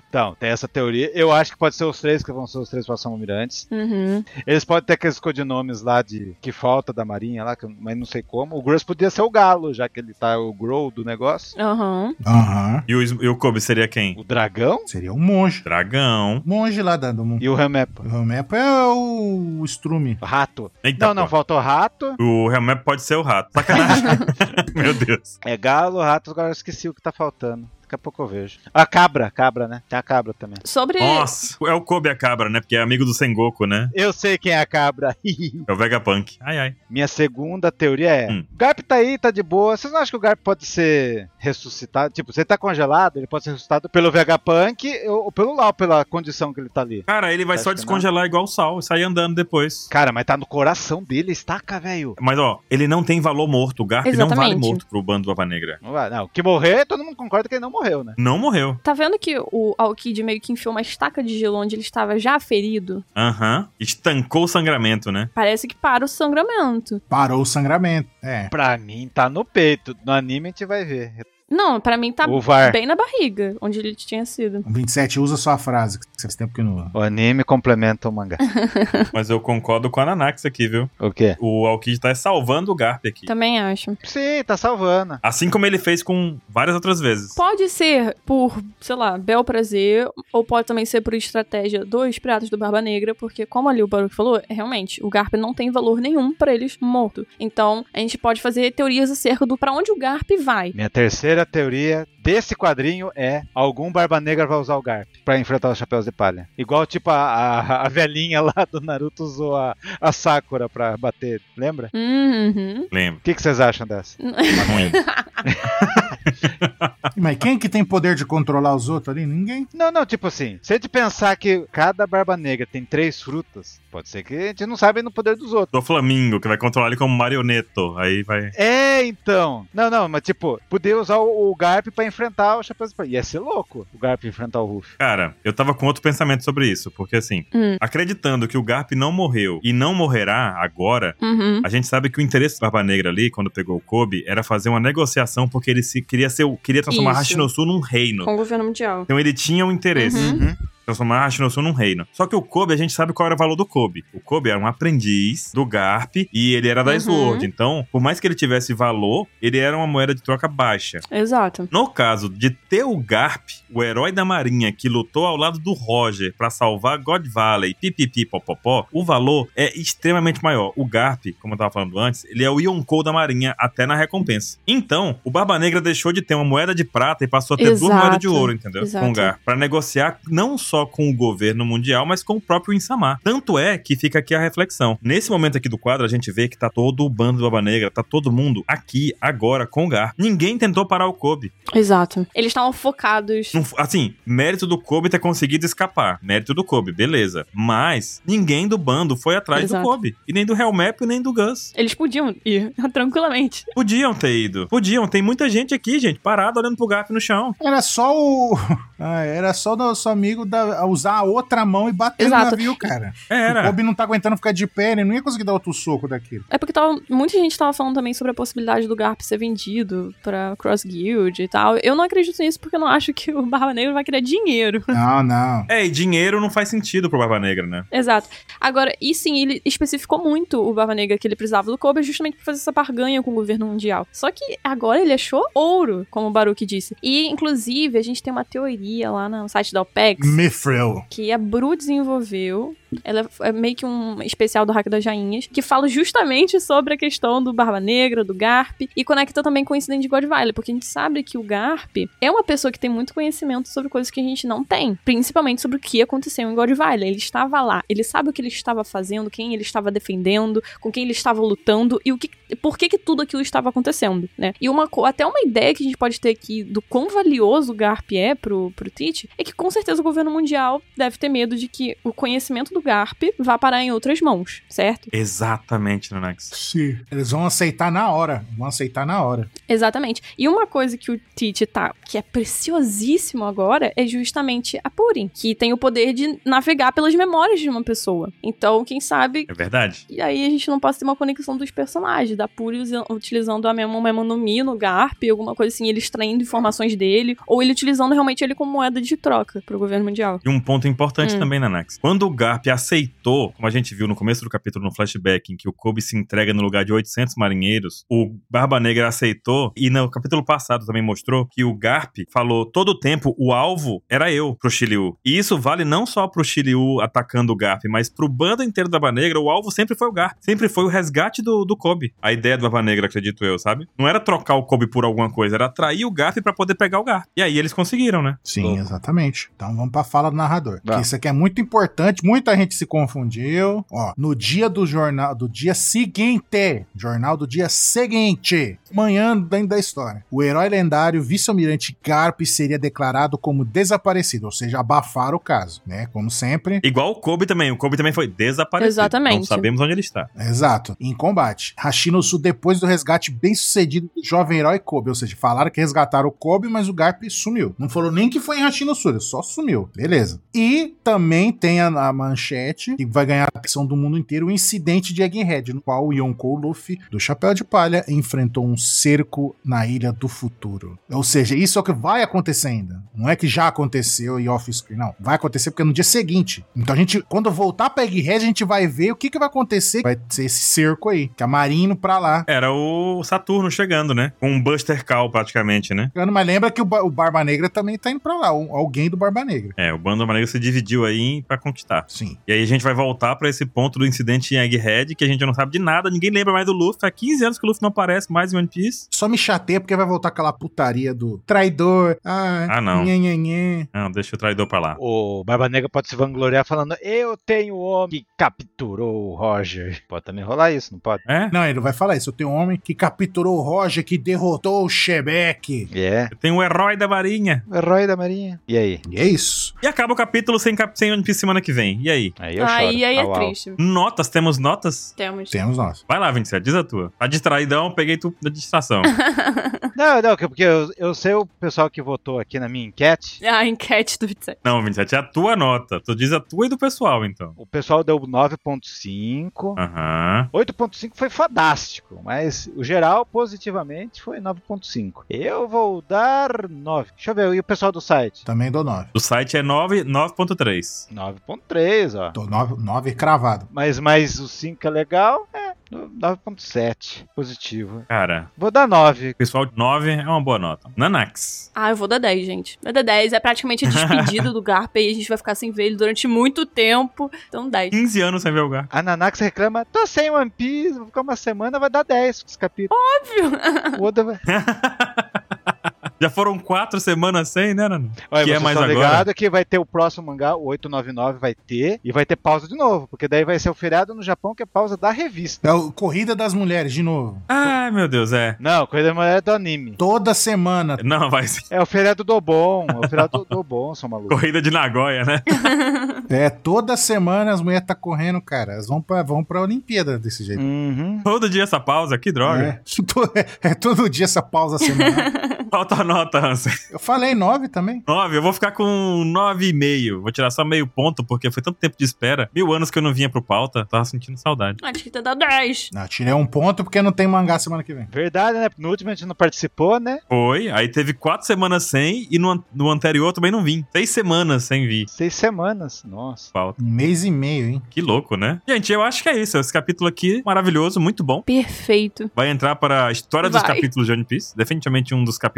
Speaker 4: Então, tem essa teoria. Eu acho que pode ser os três que vão ser os três próximos almirantes.
Speaker 2: Uhum.
Speaker 4: Eles podem ter aqueles codinomes lá de que falta da marinha lá, que eu- mas não sei como. O Gross podia ser o galo, já que ele tá o grow do negócio.
Speaker 2: Aham.
Speaker 3: Aham.
Speaker 1: E o, Is- e o Kobe seria quem?
Speaker 4: O dragão
Speaker 3: Seria um monge.
Speaker 1: Dragão.
Speaker 3: Monge lá da, do mundo.
Speaker 4: e o Remepo.
Speaker 3: O Mepo é o estrume.
Speaker 4: O rato.
Speaker 1: Eita,
Speaker 4: não, não,
Speaker 1: pô.
Speaker 4: faltou rato.
Speaker 1: O Helmep pode ser o rato. Sacanagem. *laughs* Meu Deus.
Speaker 4: É galo, rato, agora eu esqueci o que tá faltando. Daqui a pouco eu vejo. A cabra, cabra, né? Tem a cabra também.
Speaker 2: Sobre.
Speaker 1: Nossa, é o Kobe a cabra, né? Porque é amigo do Sengoku, né?
Speaker 4: Eu sei quem é a cabra. *laughs*
Speaker 1: É o Vegapunk. Ai, ai.
Speaker 4: Minha segunda teoria é:
Speaker 1: Hum.
Speaker 4: o Garp tá aí, tá de boa. Vocês não acham que o Garp pode ser ressuscitado? Tipo, se ele tá congelado, ele pode ser ressuscitado pelo Vegapunk ou, ou pelo Lau, pela condição que ele tá ali.
Speaker 1: Cara, ele vai
Speaker 4: Acho
Speaker 1: só
Speaker 4: que não.
Speaker 1: descongelar igual o sal e sair andando depois.
Speaker 4: Cara, mas tá no coração dele, estaca, velho.
Speaker 1: Mas ó, ele não tem valor morto. O Garp não vale
Speaker 2: Exatamente.
Speaker 1: morto pro bando do Ava Negra.
Speaker 4: Não, vai- não, que morrer, todo mundo concorda que ele não morreu, né?
Speaker 1: Não morreu.
Speaker 2: Tá vendo que o Alkid meio que enfiou uma estaca de gelo onde ele estava já ferido?
Speaker 1: Aham. Estancou o sangramento,
Speaker 2: *laughs*
Speaker 1: né?
Speaker 2: Parece que para o sangramento.
Speaker 3: Parou o sangramento. É.
Speaker 4: Pra mim, tá no peito. No anime a gente vai ver.
Speaker 2: Não, pra mim tá
Speaker 4: O VAR.
Speaker 2: bem na barriga, onde ele tinha sido.
Speaker 3: O 27 usa sua frase, que faz tempo que
Speaker 4: *laughs*
Speaker 3: não usa.
Speaker 4: O anime complementa o mangá.
Speaker 1: Mas eu concordo com a Nanax aqui, viu?
Speaker 4: o
Speaker 1: *laughs*
Speaker 4: quê?
Speaker 1: O Alkid tá salvando o Garp aqui.
Speaker 2: Também acho.
Speaker 4: Sim, tá salvando.
Speaker 1: Assim como ele fez com várias outras vezes.
Speaker 2: Pode ser por, sei lá, bel prazer, ou pode também ser por estratégia dos Piratas do Barba Negra, porque como ali o Baruch falou, é realmente, o Garp não tem valor nenhum pra eles morto. Então, a gente pode fazer teorias acerca do pra onde o Garp vai.
Speaker 4: Minha terceira teoria desse quadrinho é algum Barba Negra vai usar o Garp pra enfrentar os Chapéus de Palha. Igual tipo a, a, a velhinha lá do Naruto usou a, a Sakura pra bater, lembra?
Speaker 2: Uhum.
Speaker 1: Lembro.
Speaker 4: O que que vocês acham
Speaker 2: *laughs*
Speaker 4: dessa?
Speaker 1: Ruim.
Speaker 3: Mas quem que tem poder de controlar os outros ali? Ninguém.
Speaker 4: Não, não, tipo assim, se a gente pensar que cada Barba Negra tem três frutas, pode ser que a gente não saiba no poder dos outros.
Speaker 1: Do Flamingo, que vai controlar ele como marioneto. Aí vai.
Speaker 4: É, então. Não, não, mas tipo, poder usar o, o Garp pra enfrentar os Chapéus de Palha. Ia ser louco o Garp enfrentar o Ruff.
Speaker 1: Cara, eu tava com outro pensamento sobre isso, porque assim,
Speaker 2: Hum.
Speaker 1: acreditando que o Garp não morreu e não morrerá agora,
Speaker 2: Uhum.
Speaker 1: A gente sabe que o interesse do Barba Negra ali, quando pegou o Kobe, era fazer uma negociação porque ele se queria ser, o- queria transformar
Speaker 2: Isso.
Speaker 1: Hashinosu num reino.
Speaker 2: Com o governo mundial.
Speaker 1: Então ele tinha um interesse.
Speaker 2: Uhum.
Speaker 1: Transformar Hashinosu num reino. Só que o Kobe, a gente sabe qual era o valor do Kobe. O Kobe era um aprendiz do Garp e ele era da
Speaker 2: Uhum.
Speaker 1: Sword. Então, por mais que ele tivesse valor, ele era uma moeda de troca baixa.
Speaker 2: Exato.
Speaker 1: No caso de ter o Garp, o herói da marinha que lutou ao lado do Roger pra salvar God Valley, pipipi, popopó, o valor é extremamente maior. O Garp, como eu tava falando antes, ele é o Yonkou da marinha até na recompensa. Então, o Barba Negra deixou de ter uma moeda de prata e passou a ter duas
Speaker 2: Exato.
Speaker 1: moedas de ouro, entendeu?
Speaker 2: Exato.
Speaker 1: Com o Garp. Pra negociar não só com o governo mundial, mas com o próprio Insamar. Tanto é que fica aqui a reflexão. Nesse momento aqui do quadro, a gente vê que tá todo o bando do Barba Negra, tá todo mundo aqui, agora, com o Garp. Ninguém tentou parar o Kobe.
Speaker 2: Exato. Eles estavam focados.
Speaker 1: Não f- assim, mérito do Kobe ter conseguido escapar. Mérito do Kobe, beleza. Mas ninguém do bando foi atrás
Speaker 2: Exato.
Speaker 1: do Kobe. E nem do Hellmap e nem do Gus.
Speaker 2: Eles podiam ir *laughs* tranquilamente.
Speaker 1: Podiam ter ido. Podiam. Tem muita gente aqui, gente, parada olhando pro Garp no chão.
Speaker 3: Era só o. *laughs* Ah, era só o nosso amigo da- usar a outra mão e bater
Speaker 2: Exato.
Speaker 3: no navio, cara. O
Speaker 1: Era.
Speaker 3: Kobe não tá aguentando ficar de pé, ele não ia conseguir dar outro soco daquilo.
Speaker 2: É porque tava, muita gente tava falando também sobre a possibilidade do Garp ser vendido pra Cross Guild e tal. Eu não acredito nisso porque eu não acho que o Barba Negra vai querer dinheiro. *laughs*
Speaker 1: *laughs*
Speaker 3: Não, não.
Speaker 1: É, e dinheiro não faz sentido pro Barba Negra, né?
Speaker 2: Exato. Agora, e sim, ele especificou muito o Barba Negra que ele precisava do Kobe justamente pra fazer essa barganha com o governo mundial. Só que agora ele achou ouro, como o Baruch disse. E, inclusive, a gente tem uma teoria lá no site da OPEX.
Speaker 3: Mithril.
Speaker 2: que a Bru desenvolveu. Ela é meio que um especial do Hack das Jainhas, que fala justamente sobre a questão do Barba Negra, do Garp, e conecta também com o incidente de Godvile, porque a gente sabe que o Garp é uma pessoa que tem muito conhecimento sobre coisas que a gente não tem, principalmente sobre o que aconteceu em Godvile. Ele estava lá, ele sabe o que ele estava fazendo, quem ele estava defendendo, com quem ele estava lutando e o que, por que, que tudo aquilo estava acontecendo, né? E uma, co- até uma ideia que a gente pode ter aqui do quão valioso o GARP é pro, pro Teach é que com certeza o governo mundial deve ter medo de que o conhecimento do Garp vá parar em outras mãos, certo?
Speaker 1: Exatamente, Nanex.
Speaker 3: Sim. Eles vão aceitar na hora. Vão aceitar na hora.
Speaker 2: Exatamente. E uma coisa que o Tite tá, que é preciosíssimo agora, é justamente a Purim, que tem o poder de navegar pelas memórias de uma pessoa. Então, quem sabe.
Speaker 1: É verdade.
Speaker 2: E aí a gente não pode ter uma conexão dos personagens, da Puri usa- utilizando a mesma Memonomi no Garp, alguma coisa assim, ele extraindo informações dele, ou ele utilizando realmente ele como moeda de troca pro governo mundial.
Speaker 1: E um ponto importante
Speaker 2: Hum.
Speaker 1: também, Nanax. Quando o Garp aceitou, como a gente viu no começo do capítulo, no flashback, em que o Kobe se entrega no lugar de 800 marinheiros, o Barba Negra aceitou, e no capítulo passado também mostrou que o Garp falou todo o tempo, o alvo era eu, pro Shiryu. E isso vale não só pro Shiryu atacando o Garp, mas pro bando inteiro da Barba Negra, o alvo sempre foi o Garp. Sempre foi o resgate do, do Kobe. A ideia do Barba Negra, acredito eu, sabe? Não era trocar o Kobe por alguma coisa, era atrair o Garp pra poder pegar o Garp. E aí eles conseguiram, né?
Speaker 3: Sim,
Speaker 4: Louco.
Speaker 3: exatamente. Então vamos pra fala do narrador.
Speaker 4: Vá.
Speaker 3: Que isso aqui é muito importante, muita gente se confundiu. Ó, no dia do jornal, do dia seguinte, jornal do dia seguinte, manhã dentro da história, o herói lendário vice-almirante Garp seria declarado como desaparecido, ou seja, abafar o caso, né? Como sempre,
Speaker 1: Igual o Kobe também. O Kobe também foi desaparecido.
Speaker 2: Exatamente.
Speaker 1: Não sabemos onde ele está.
Speaker 3: Exato. Em combate. Hashinosu, depois do resgate bem sucedido do jovem herói Kobe. Ou seja, falaram que resgataram o Kobe, mas o Garp sumiu. Não falou nem que foi em Hashinosu, ele só sumiu. Beleza. E também tem a, a manchete, que vai ganhar a atenção do mundo inteiro, o incidente de Egghead, no qual o Yonkou Luffy, do Chapéu de Palha, enfrentou um cerco na Ilha do Futuro. Ou seja, isso é o que vai acontecer ainda. Não é que já aconteceu e off-screen, não. Vai acontecer porque é no dia seguinte. Então a gente, quando voltar pra Egghead, a gente vai ver o que, que vai acontecer. Vai ser esse cerco aí, que a Marino pra lá.
Speaker 1: Era o Saturno chegando, né? Com um Buster Call, praticamente, né?
Speaker 3: Mas lembra que o, Ba- o Barba Negra também tá indo pra lá, um- alguém do Barba Negra.
Speaker 1: É, o bando amarelo se dividiu aí pra conquistar.
Speaker 3: Sim.
Speaker 1: E aí a gente vai voltar pra esse ponto do incidente em Egghead, que a gente não sabe de nada, ninguém lembra mais do Luffy. Há 15 anos que o Luffy não aparece mais em One Piece.
Speaker 3: Só me chateia porque vai voltar aquela putaria do traidor. Ah,
Speaker 1: Ah, não.
Speaker 3: Nhe, nhe, nhe.
Speaker 1: Não, deixa o traidor pra lá.
Speaker 4: O Barba Negra pode se vangloriar falando: Eu tenho o homem que capturou o Roger. Pode também rolar isso, não pode?
Speaker 1: É?
Speaker 3: Não, ele não vai falar isso. Eu tenho um homem que capturou o Roger, que derrotou o Shebeck.
Speaker 4: É.
Speaker 1: Tem o um herói da marinha.
Speaker 4: O herói da Marinha. E aí?
Speaker 3: E é isso.
Speaker 1: E acaba o capítulo sem, cap- sem One Piece semana que vem. E aí?
Speaker 4: Aí eu choro.
Speaker 2: aí aí é
Speaker 4: Au, au.
Speaker 2: triste.
Speaker 1: Notas? Temos notas?
Speaker 2: Temos.
Speaker 3: Temos nós.
Speaker 1: Vai lá, 27, diz a tua. Tá distraidão, peguei tu da distração.
Speaker 4: Não, não, porque eu, eu sei o pessoal que votou aqui na minha enquete.
Speaker 2: Ah, A enquete do 27.
Speaker 1: não, 27, é a tua nota. Tu diz a tua e do pessoal, então.
Speaker 4: O pessoal deu 9.5.
Speaker 1: Aham.
Speaker 4: 8.5 foi fodástico, mas o geral positivamente foi 9.5. Eu vou dar 9. Deixa eu ver, e o pessoal do site?
Speaker 3: Também dou nove.
Speaker 1: O site é 9 9.3.
Speaker 4: 9.3, ó.
Speaker 3: Dou nove, nove cravado.
Speaker 4: Mas, mas o 5 é legal? É, no- 9.7. Positivo.
Speaker 1: Cara,
Speaker 4: Vou dar 9.
Speaker 1: pessoal, 9 é uma boa nota. Nanax.
Speaker 2: Ah, eu vou dar 10, gente. Vai dar 10. É praticamente a
Speaker 4: *laughs*
Speaker 2: despedida do Garp e a gente vai ficar sem ver ele durante muito tempo. Então, 10.
Speaker 4: *laughs*
Speaker 1: 15 anos sem ver o Gar.
Speaker 4: A Nanax reclama, tô sem One Piece, vou ficar uma semana, vai dar 10 os capítulos. O Oda vai...
Speaker 1: *laughs* Já foram 4 semanas sem, né, Nana?
Speaker 4: Olha,
Speaker 1: Que é
Speaker 4: vocês
Speaker 1: mais
Speaker 4: estão
Speaker 1: agora?
Speaker 4: ligados que vai ter o próximo mangá, o 899 vai ter, e vai ter pausa de novo, porque daí vai ser o feriado no Japão, que é pausa da revista.
Speaker 3: É o Corrida das Mulheres, de novo.
Speaker 1: Ai, meu Deus, é.
Speaker 4: Não, coisa mulher é do anime.
Speaker 3: Toda semana.
Speaker 1: Não, vai ser
Speaker 4: É o feriado do Bom, é o feriado do- do Bom,
Speaker 1: *laughs*
Speaker 4: seu maluco.
Speaker 1: corrida de Nagoya, né?
Speaker 3: É, toda semana as mulheres tá correndo, cara. Elas vão pra, vão pra Olimpíada desse
Speaker 1: Hum,
Speaker 3: jeito.
Speaker 4: Uhum.
Speaker 1: Todo dia essa pausa, que droga.
Speaker 3: É. To- é *laughs* todo dia essa pausa semanal.
Speaker 1: Qual a tua nota, Hansen?
Speaker 3: Eu falei nove também.
Speaker 1: 9, eu vou ficar com 9,5. Vou tirar só meio ponto, porque foi tanto tempo de espera. Mil anos que eu não vinha pro pauta, tava sentindo saudade.
Speaker 2: Acho que tá dando 10.
Speaker 3: Não, eu tirei um ponto porque não tem mangá semana que vem.
Speaker 4: Verdade, né? No último a gente não participou, né?
Speaker 1: Foi, aí teve 4 semanas sem, e no, an- no anterior também não vim. 6 semanas sem vir.
Speaker 4: Seis semanas, nossa.
Speaker 1: Pauta.
Speaker 3: Um mês e meio, hein?
Speaker 1: Que louco, né? Gente, eu acho que é isso. Esse capítulo aqui, maravilhoso, muito bom.
Speaker 2: Perfeito.
Speaker 1: Vai entrar para a história dos
Speaker 2: Vai.
Speaker 1: capítulos de One Piece. Definitivamente um dos capítulos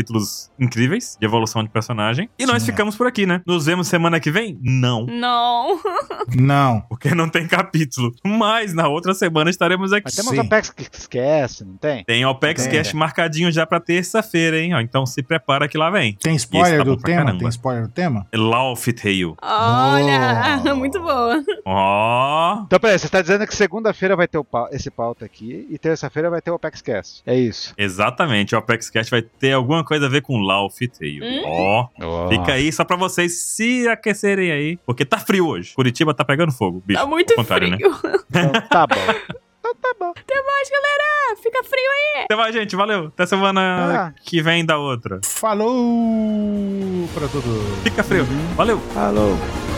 Speaker 1: incríveis de evolução de personagem. E nós
Speaker 3: Sim, é.
Speaker 1: ficamos por aqui, né? Nos vemos semana que vem? Não.
Speaker 2: Hum. Não.
Speaker 3: Não.
Speaker 1: Porque não tem capítulo. Mas na outra semana estaremos aqui.
Speaker 4: Mas tem umas
Speaker 3: Sim.
Speaker 4: OPEX que esquece, não tem?
Speaker 1: Tem Opex
Speaker 3: Tem,
Speaker 1: Cash marcadinho já pra terça-feira, hein? Ó, então se prepara que lá vem.
Speaker 3: Tem
Speaker 1: Esse
Speaker 3: spoiler
Speaker 1: tá bom
Speaker 3: do
Speaker 1: pra
Speaker 3: tema?
Speaker 1: caramba.
Speaker 3: Tem spoiler do tema?
Speaker 1: Laugh Tale.
Speaker 2: Olha,
Speaker 4: Oh.
Speaker 3: Boa.
Speaker 2: *laughs* muito boa.
Speaker 1: Ó.
Speaker 4: Então, peraí, você tá dizendo que segunda-feira vai ter o pau- esse pauta aqui e terça-feira vai ter o OPEX Cast. É isso.
Speaker 1: Exatamente, o Apex Cash vai ter alguma coisa a ver com Law Fitteio.
Speaker 2: Hum?
Speaker 1: Ó.
Speaker 4: Ó.
Speaker 1: Fica aí só pra vocês se aquecerem aí. Porque tá frio hoje. Curitiba tá pegando fogo, bicho.
Speaker 2: Tá muito
Speaker 1: contrário,
Speaker 2: frio.
Speaker 1: né?
Speaker 4: Então, tá bom. Então tá bom.
Speaker 2: Mas, galera, fica frio aí.
Speaker 1: Até mais, gente. Valeu. Até semana
Speaker 4: Ah.
Speaker 1: que vem da outra.
Speaker 3: Falou pra todos.
Speaker 1: Fica frio. Valeu.
Speaker 4: Falou.